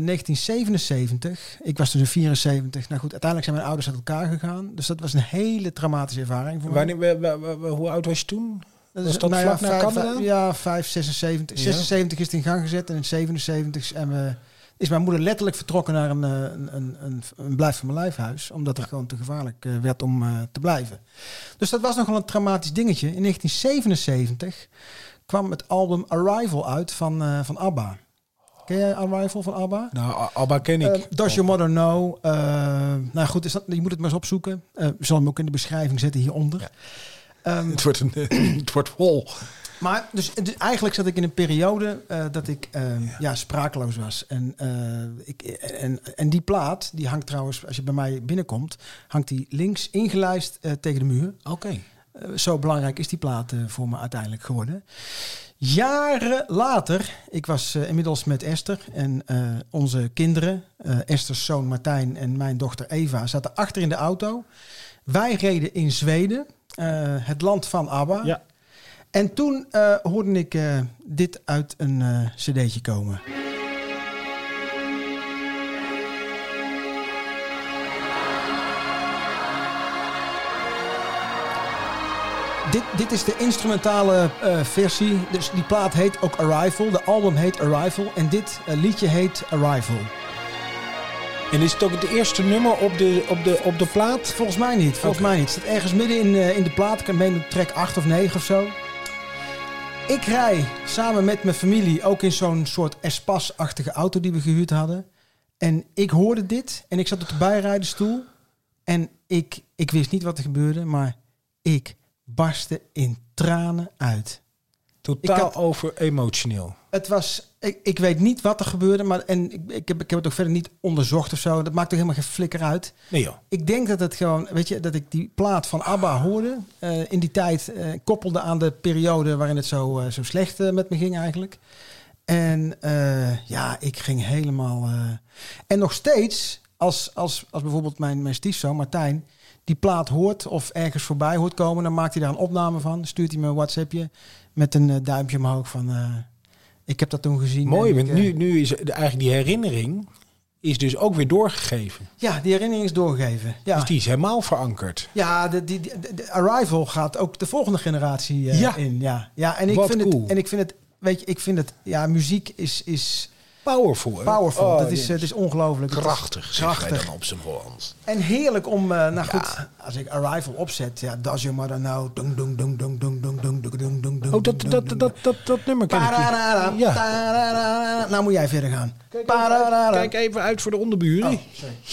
1977. Ik was dus in 74. Nou goed, uiteindelijk zijn mijn ouders uit elkaar gegaan. Dus dat was een hele traumatische ervaring voor mij.
Wanneer, wa- wa- wa- wa- hoe oud was je toen?
Dat nou
was dat vlak na
vijf-
Canada?
vijf- ja, 5, 76.
Ja.
76 is het in gang gezet en in 77 en we, is mijn moeder letterlijk vertrokken naar een, eh, een, een, een, een blijf van mijn lijfhuis. Omdat het gewoon te gevaarlijk eh, werd om eh, te blijven. Dus dat was nogal een traumatisch dingetje. In 1977 kwam het album Arrival uit van, eh, van ABBA. Ken jij Arrival van ABBA?
Nou, A- Abba ken ik.
Eh, Does Your Mother Know? eh, nou goed, is dat, je moet het maar eens opzoeken. Eh we zullen hem ook in de beschrijving zetten hieronder. Ehm,
het, wordt een, het wordt vol.
maar dus, dus eigenlijk zat ik in een periode eh, dat ik eh, ja. sprakeloos was. En, eh, ik, en, en die plaat, die hangt trouwens, als je bij mij binnenkomt, hangt die links ingelijst eh, tegen de muur.
Oké.
Eh, zo belangrijk is die plaat eh, voor me uiteindelijk geworden. Jaren later, ik was eh, inmiddels met Esther en eh, onze kinderen, eh, Esther's zoon Martijn en mijn dochter Eva, zaten achter in de auto. Wij reden in Zweden, eh, het land van ABBA.
Ja.
En toen eh, hoorde ik eh, dit uit een eh, cd'tje komen. Dit, dit is de instrumentale eh, versie. Dus die plaat heet ook Arrival. De album heet Arrival. En dit eh, liedje heet Arrival.
En is het ook het eerste nummer op de, op de, op de plaat?
Volgens mij niet. Volgens
Oké.
mij niet. Het staat ergens midden in, eh, in de plaat. Ik meen op track 8 of 9 of zo. Ik rij samen met mijn familie ook in zo'n soort Espas-achtige auto die we gehuurd hadden. En ik hoorde dit en ik zat op de bijrijdenstoel. En ik, ik wist niet wat er gebeurde, maar ik barstte in tranen uit.
Totaal
Ik had-
over emotioneel.
Het was, ik, ik weet niet wat er gebeurde, maar en ik, ik, heb, ik heb het ook verder niet onderzocht of zo. Dat maakt ook helemaal geen flikker uit.
Nee joh.
Ik denk dat het gewoon, weet je, dat ik die plaat van ABBA hoorde. eh, in die tijd eh, koppelde aan de periode waarin het zo, eh, zo slecht eh, met me ging eigenlijk. En eh, ja, ik ging helemaal. eh, en nog steeds, als, als, als bijvoorbeeld mijn, mijn stiefzoon Martijn die plaat hoort of ergens voorbij hoort komen, dan maakt hij daar een opname van. Stuurt hij me een WhatsAppje met een eh, duimpje omhoog van. eh, ik heb dat toen gezien.
Mooi,
en ik,
want
eh,
nu, nu is de- eigenlijk die herinnering is dus ook weer doorgegeven.
Ja, die herinnering is doorgegeven. Ja.
Dus die is helemaal verankerd.
Ja, de, die, de, de Arrival gaat ook de volgende generatie eh,
Ja.
in. Ja, ja en, ik
Wat
vind
cool.
het, en ik vind het, weet je, ik vind het, ja, muziek is, is
Powerful. hè?
powerful.
Oh,
dat is,
jezus.
eh, dat is ongelooflijk. Dat is
krachtig, krachtig.
Krachtig.
dan op zijn Hollands.
En heerlijk om, eh, nou goed, als ik Arrival opzet, ja, does your mother know? Dung, dung, dung, dung, dung, dung, dung, dung, dung, dung,
Oh, dat,
dung,
dat,
dung,
dat, dat, dat nummer ken ik.
Pararara,
Ja.
tararara, para, nou moet jij verder gaan.
Kijk,
Pararara.
kijk even uit voor de onderburen.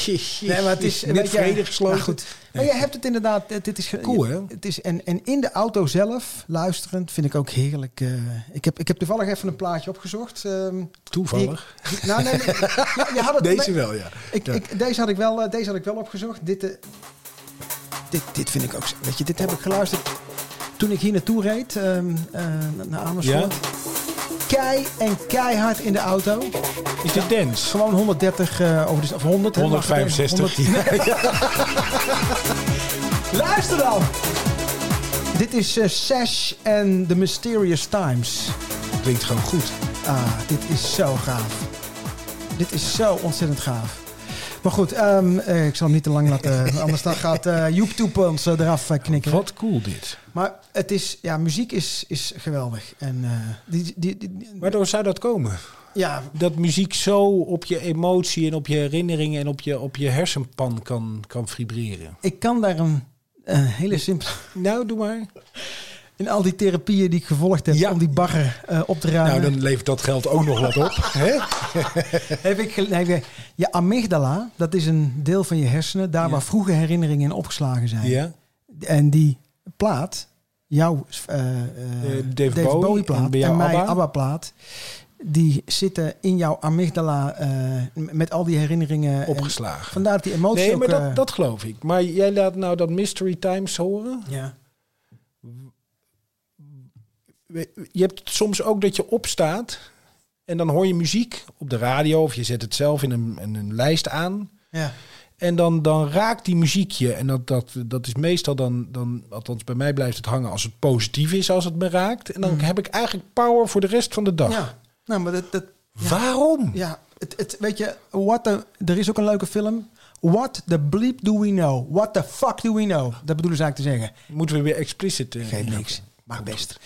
Oh,
nee, maar het is net
weet jij-
vrede gesloten.
Nou goed. Maar jij hebt het inderdaad. eh, Dit is ge-
Cool, hè?
Het is, en, en in de auto zelf luisterend vind ik ook heerlijk. eh, ik, heb, ik heb toevallig even een plaatje opgezocht. ehm,
Toevallig.
die ik- nou, nee, nee, je had het,
Deze
nee,
wel, ja.
Ik,
Ja.
ik, deze, had ik wel eh, deze had ik wel opgezocht. Dit, eh, dit, dit vind ik ook. Weet je, dit heb ik geluisterd toen ik hier naartoe reed, ehm, eh, naar Amersfoort. Kei en keihard in de auto.
Is dit dance?
Gewoon 130 eh, over de of 100. hè,
165.
100. Luister dan! Dit is eh, Sash en The Mysterious Times.
Klinkt gewoon goed.
Ah, dit is zo gaaf. Dit is zo ontzettend gaaf. Maar goed, ehm, eh, ik zal hem niet te lang laten. anders dan gaat eh Joep Toep ons eh, eraf eh, knikken.
Wat cool dit.
Maar het is, ja, muziek is, is geweldig. En, eh, die, die, die- die-
Waardoor zou dat komen?
ja,
Dat muziek zo op je emotie en op je herinneringen en op je, op je hersenpan kan, kan vibreren.
ik kan daar een, een hele simpele...
Nou, doe maar.
In al die therapieën die ik gevolgd heb
Ja.
om die bagger eh, op te ruimen...
Nou, dan levert dat geld ook nog wat op. Hè?
heb ik gel- heb ik- je amygdala, dat is een deel van je hersenen... daar
Ja.
waar vroege herinneringen in opgeslagen zijn.
Ja.
En die plaat, jouw eh, eh,
Dave
David
Bowie
Bowie
en
plaat
bij
en,
jou
mijn
ABBA.
ABBA plaat... die zitten in jouw amygdala eh, m- met al die herinneringen... en
Opgeslagen.
Vandaar dat die emotie
Nee,
ook,
maar
eh,
dat, dat geloof ik. Maar jij laat nou dat Mystery Times horen.
Ja.
We- Je hebt soms ook dat je opstaat en dan hoor je muziek op de radio of je zet het zelf in een, in een lijst aan.
ja.
En dan, dan raakt die muziek je. En dat, dat, dat is meestal dan, dan, althans bij mij blijft het hangen als het positief is, als het me raakt. En dan heb ik eigenlijk power voor de rest van de dag.
Hmm. Ja, nou, maar dat, dat
Waarom?
ja, het, het, weet je, what the, er is ook een leuke film. What the bleep do we know? What the fuck do we know? Dat bedoelen ze eigenlijk te zeggen.
Moeten we weer explicit... eh,
Geeft
in-
niks, maakt best.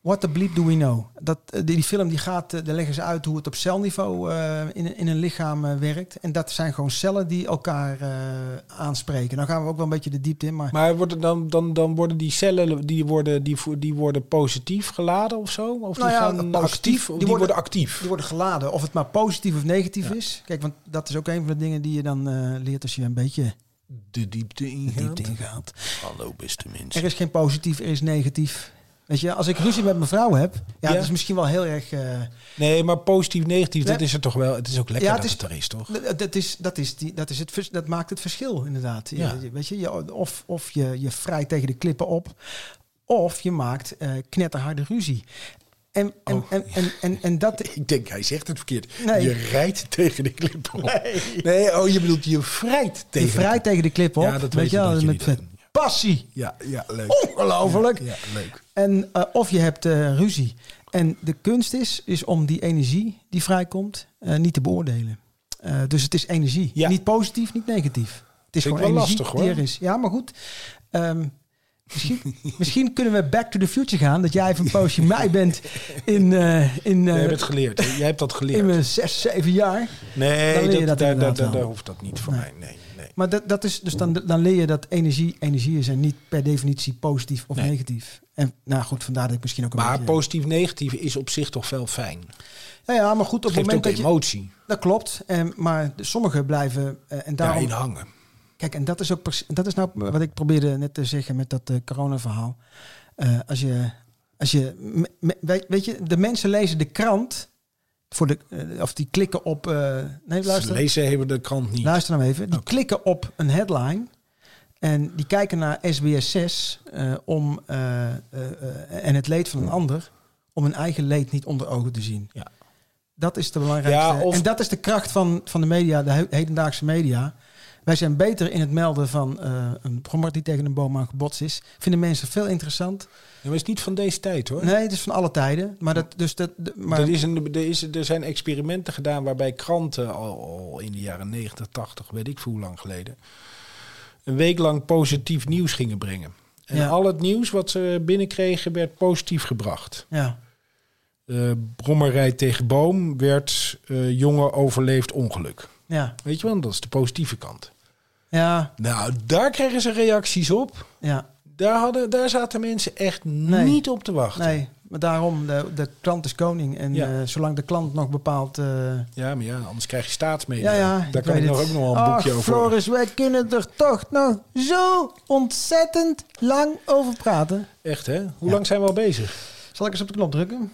What the bleep do we know? Dat, eh, die, die film die gaat, eh, daar leggen ze uit hoe het op celniveau eh, in, een- in een lichaam eh, werkt. En dat zijn gewoon cellen die elkaar eh, aanspreken. Dan gaan we ook wel een beetje de diepte in, maar...
Maar worden dan, dan, dan worden die cellen die worden, die, vo- die worden positief geladen of zo? Of
Nou
die
ja,
gaan
positief.
actief? Of die, worden, actief?
Die worden geladen. Of het maar positief of negatief is. Kijk, want dat is ook een van de dingen die je dan eh, leert als je een beetje
De diepte
de
ingaan.
diepte ingaat.
Hallo beste mensen.
Er is geen positief, er is negatief. Weet je, als ik ruzie met mijn vrouw heb, ja,
Ja.
dat is misschien wel heel erg. eh,
Nee, maar positief, negatief, dat
Nee.
is er toch wel. Het is ook lekker
Ja,
dat
het
het er is, toch?
Nou, dat- dat, is, dat, is die, dat, is het, vers- dat maakt het verschil, inderdaad. Ja.
Ja.
weet je, je, of of je, je vrij tegen de klippen op, of je maakt eh, knetterharde ruzie. En, en,
Oh.
en, en, en, en dat.
Ik denk, hij zegt het verkeerd.
Nee.
Je rijdt tegen de klip op. Nee. oh, je bedoelt je vrijt tegen
Je vrij tegen de klip op.
Ja, dat weet je
wel,
dat je
met,
niet dat
met
doet.
passie.
Ja, ja, leuk.
Ongelooflijk.
Ja, ja, leuk.
En, eh, of je hebt eh, ruzie. En de kunst is, is om die energie die vrijkomt eh, niet te beoordelen. Eh, dus het is energie.
Ja.
Niet positief, niet negatief. Het is
Vind ik
gewoon
wel
energie
lastig, hoor.
die er is. Ja, maar goed. Ehm, misschien, misschien kunnen we back to the future gaan. Dat jij even een poosje mij bent in, eh, in, eh,
Jij hebt het geleerd. hè? Jij hebt dat
in
geleerd.
mijn zes, zeven jaar. dan
Nee,
leer je
dat,
dat
daar, daar,
inderdaad
daar,
wel.
daar hoeft dat niet voor
Nee.
mij. Nee, nee.
Maar dat, dat is, dus dan, dan leer je dat energie energie is en niet per definitie positief of
Nee.
negatief. En nou goed, vandaar dat ik misschien ook een
Maar
beetje...
positief, negatief is op zich toch wel fijn. Het
Ja, ja, maar goed, op het
geeft
moment
ook
dat je...
emotie.
Dat klopt, en, maar de- sommigen blijven... eh, en daarom,
daarin hangen.
kijk, en dat is, ook, precies- dat is nou wat ik probeerde net te zeggen met dat eh corona-verhaal. Eh, als je... Als je me- me- weet, weet je, de mensen lezen de krant... Voor de, eh, of die klikken op... eh, nee,
Ze
luister.
lezen hebben de krant niet. Oh.
Luister nou even. Die
Oké.
klikken op een headline. En die kijken naar SBS 6 eh, om, eh, eh, eh, en het leed van een ander. om hun eigen leed niet onder ogen te zien.
Ja.
Dat is de belangrijkste.
Ja, of-
En dat is de kracht van, van de media, de he- hedendaagse media. Wij zijn beter in het melden van eh, een brommer die tegen een boom aan gebotst is. Vinden mensen veel interessant.
Ja, maar het is niet van deze tijd hoor.
Nee, het is van alle tijden. Maar dat, dus dat, de- maar,
Er, is een, er, is, er zijn experimenten gedaan waarbij kranten al, al in de jaren 90, 80, weet ik veel hoe lang geleden, een week lang positief nieuws gingen brengen. En
Ja.
al het nieuws wat ze binnenkregen werd positief gebracht.
ja,
Eh brommer rijdt tegen boom werd eh, jongen overleeft ongeluk.
ja,
Weet je wel, dat is de positieve kant.
ja,
Nou, daar kregen ze reacties op.
ja.
Daar, hadden, daar zaten mensen echt
Nee.
niet op te wachten.
Nee, Maar daarom, de, de klant is koning. En
Ja.
eh, zolang de klant nog bepaalt... eh,
Ja, maar ja, anders krijg je staatsmedia.
Ja, ja.
Daar kan
weet
ik nog
het.
ook nog wel een
Ach,
boekje over.
Floris, wij kunnen er toch nog zo ontzettend lang over praten.
Echt, hè? Hoe lang zijn we al bezig?
Zal ik eens op de knop drukken?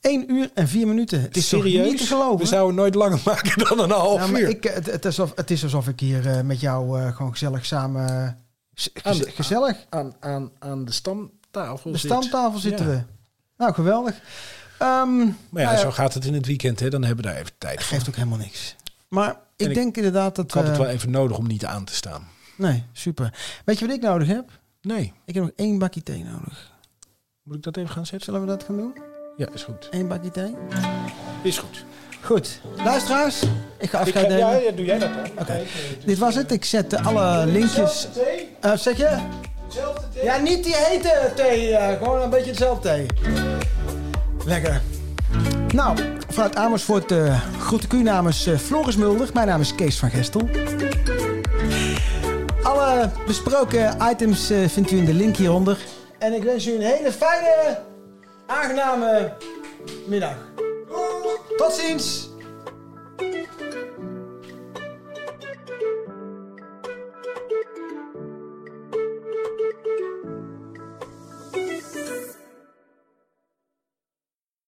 1 uur en 4 minuten. Het is
Serieus?
toch niet te geloven?
We zouden nooit langer maken dan een half
Nou, maar
uur.
ik, eh, het, het, is alsof, het is alsof ik hier eh, met jou eh, gewoon gezellig samen... eh, gez-
Aan de-
gezellig.
Aan, aan, aan de stamtafel
De
zit.
stamtafel zitten
Ja.
we. Nou, geweldig. Ehm,
Maar ja,
nou ja,
zo gaat het in het weekend, hè? Dan hebben we daar even tijd voor.
geeft ook helemaal niks. Maar ik,
En ik
denk inderdaad dat...
Ik had het
eh,
wel even nodig om niet aan te staan.
Nee, super. Weet je wat ik nodig heb?
Nee.
Ik heb nog één bakje thee nodig.
Moet ik dat even gaan zetten?
Zullen we dat gaan doen?
Ja, is goed.
Eén bakje thee.
Is goed.
Goed, luisteraars, ik ga afscheid nemen.
ja, doe jij dat dan. Oké.
Dit was het. Ik zet eh, alle linkjes. Eh, zeg je? Ja, niet die hete thee. eh, gewoon een beetje hetzelfde thee. Lekker. Nou, vanuit Amersfoort eh groet ik u namens eh, Floris Mulder. Mijn naam is Kees van Gestel. Alle besproken items eh, vindt u in de link hieronder. En ik wens u een hele fijne, aangename middag. Tot ziens!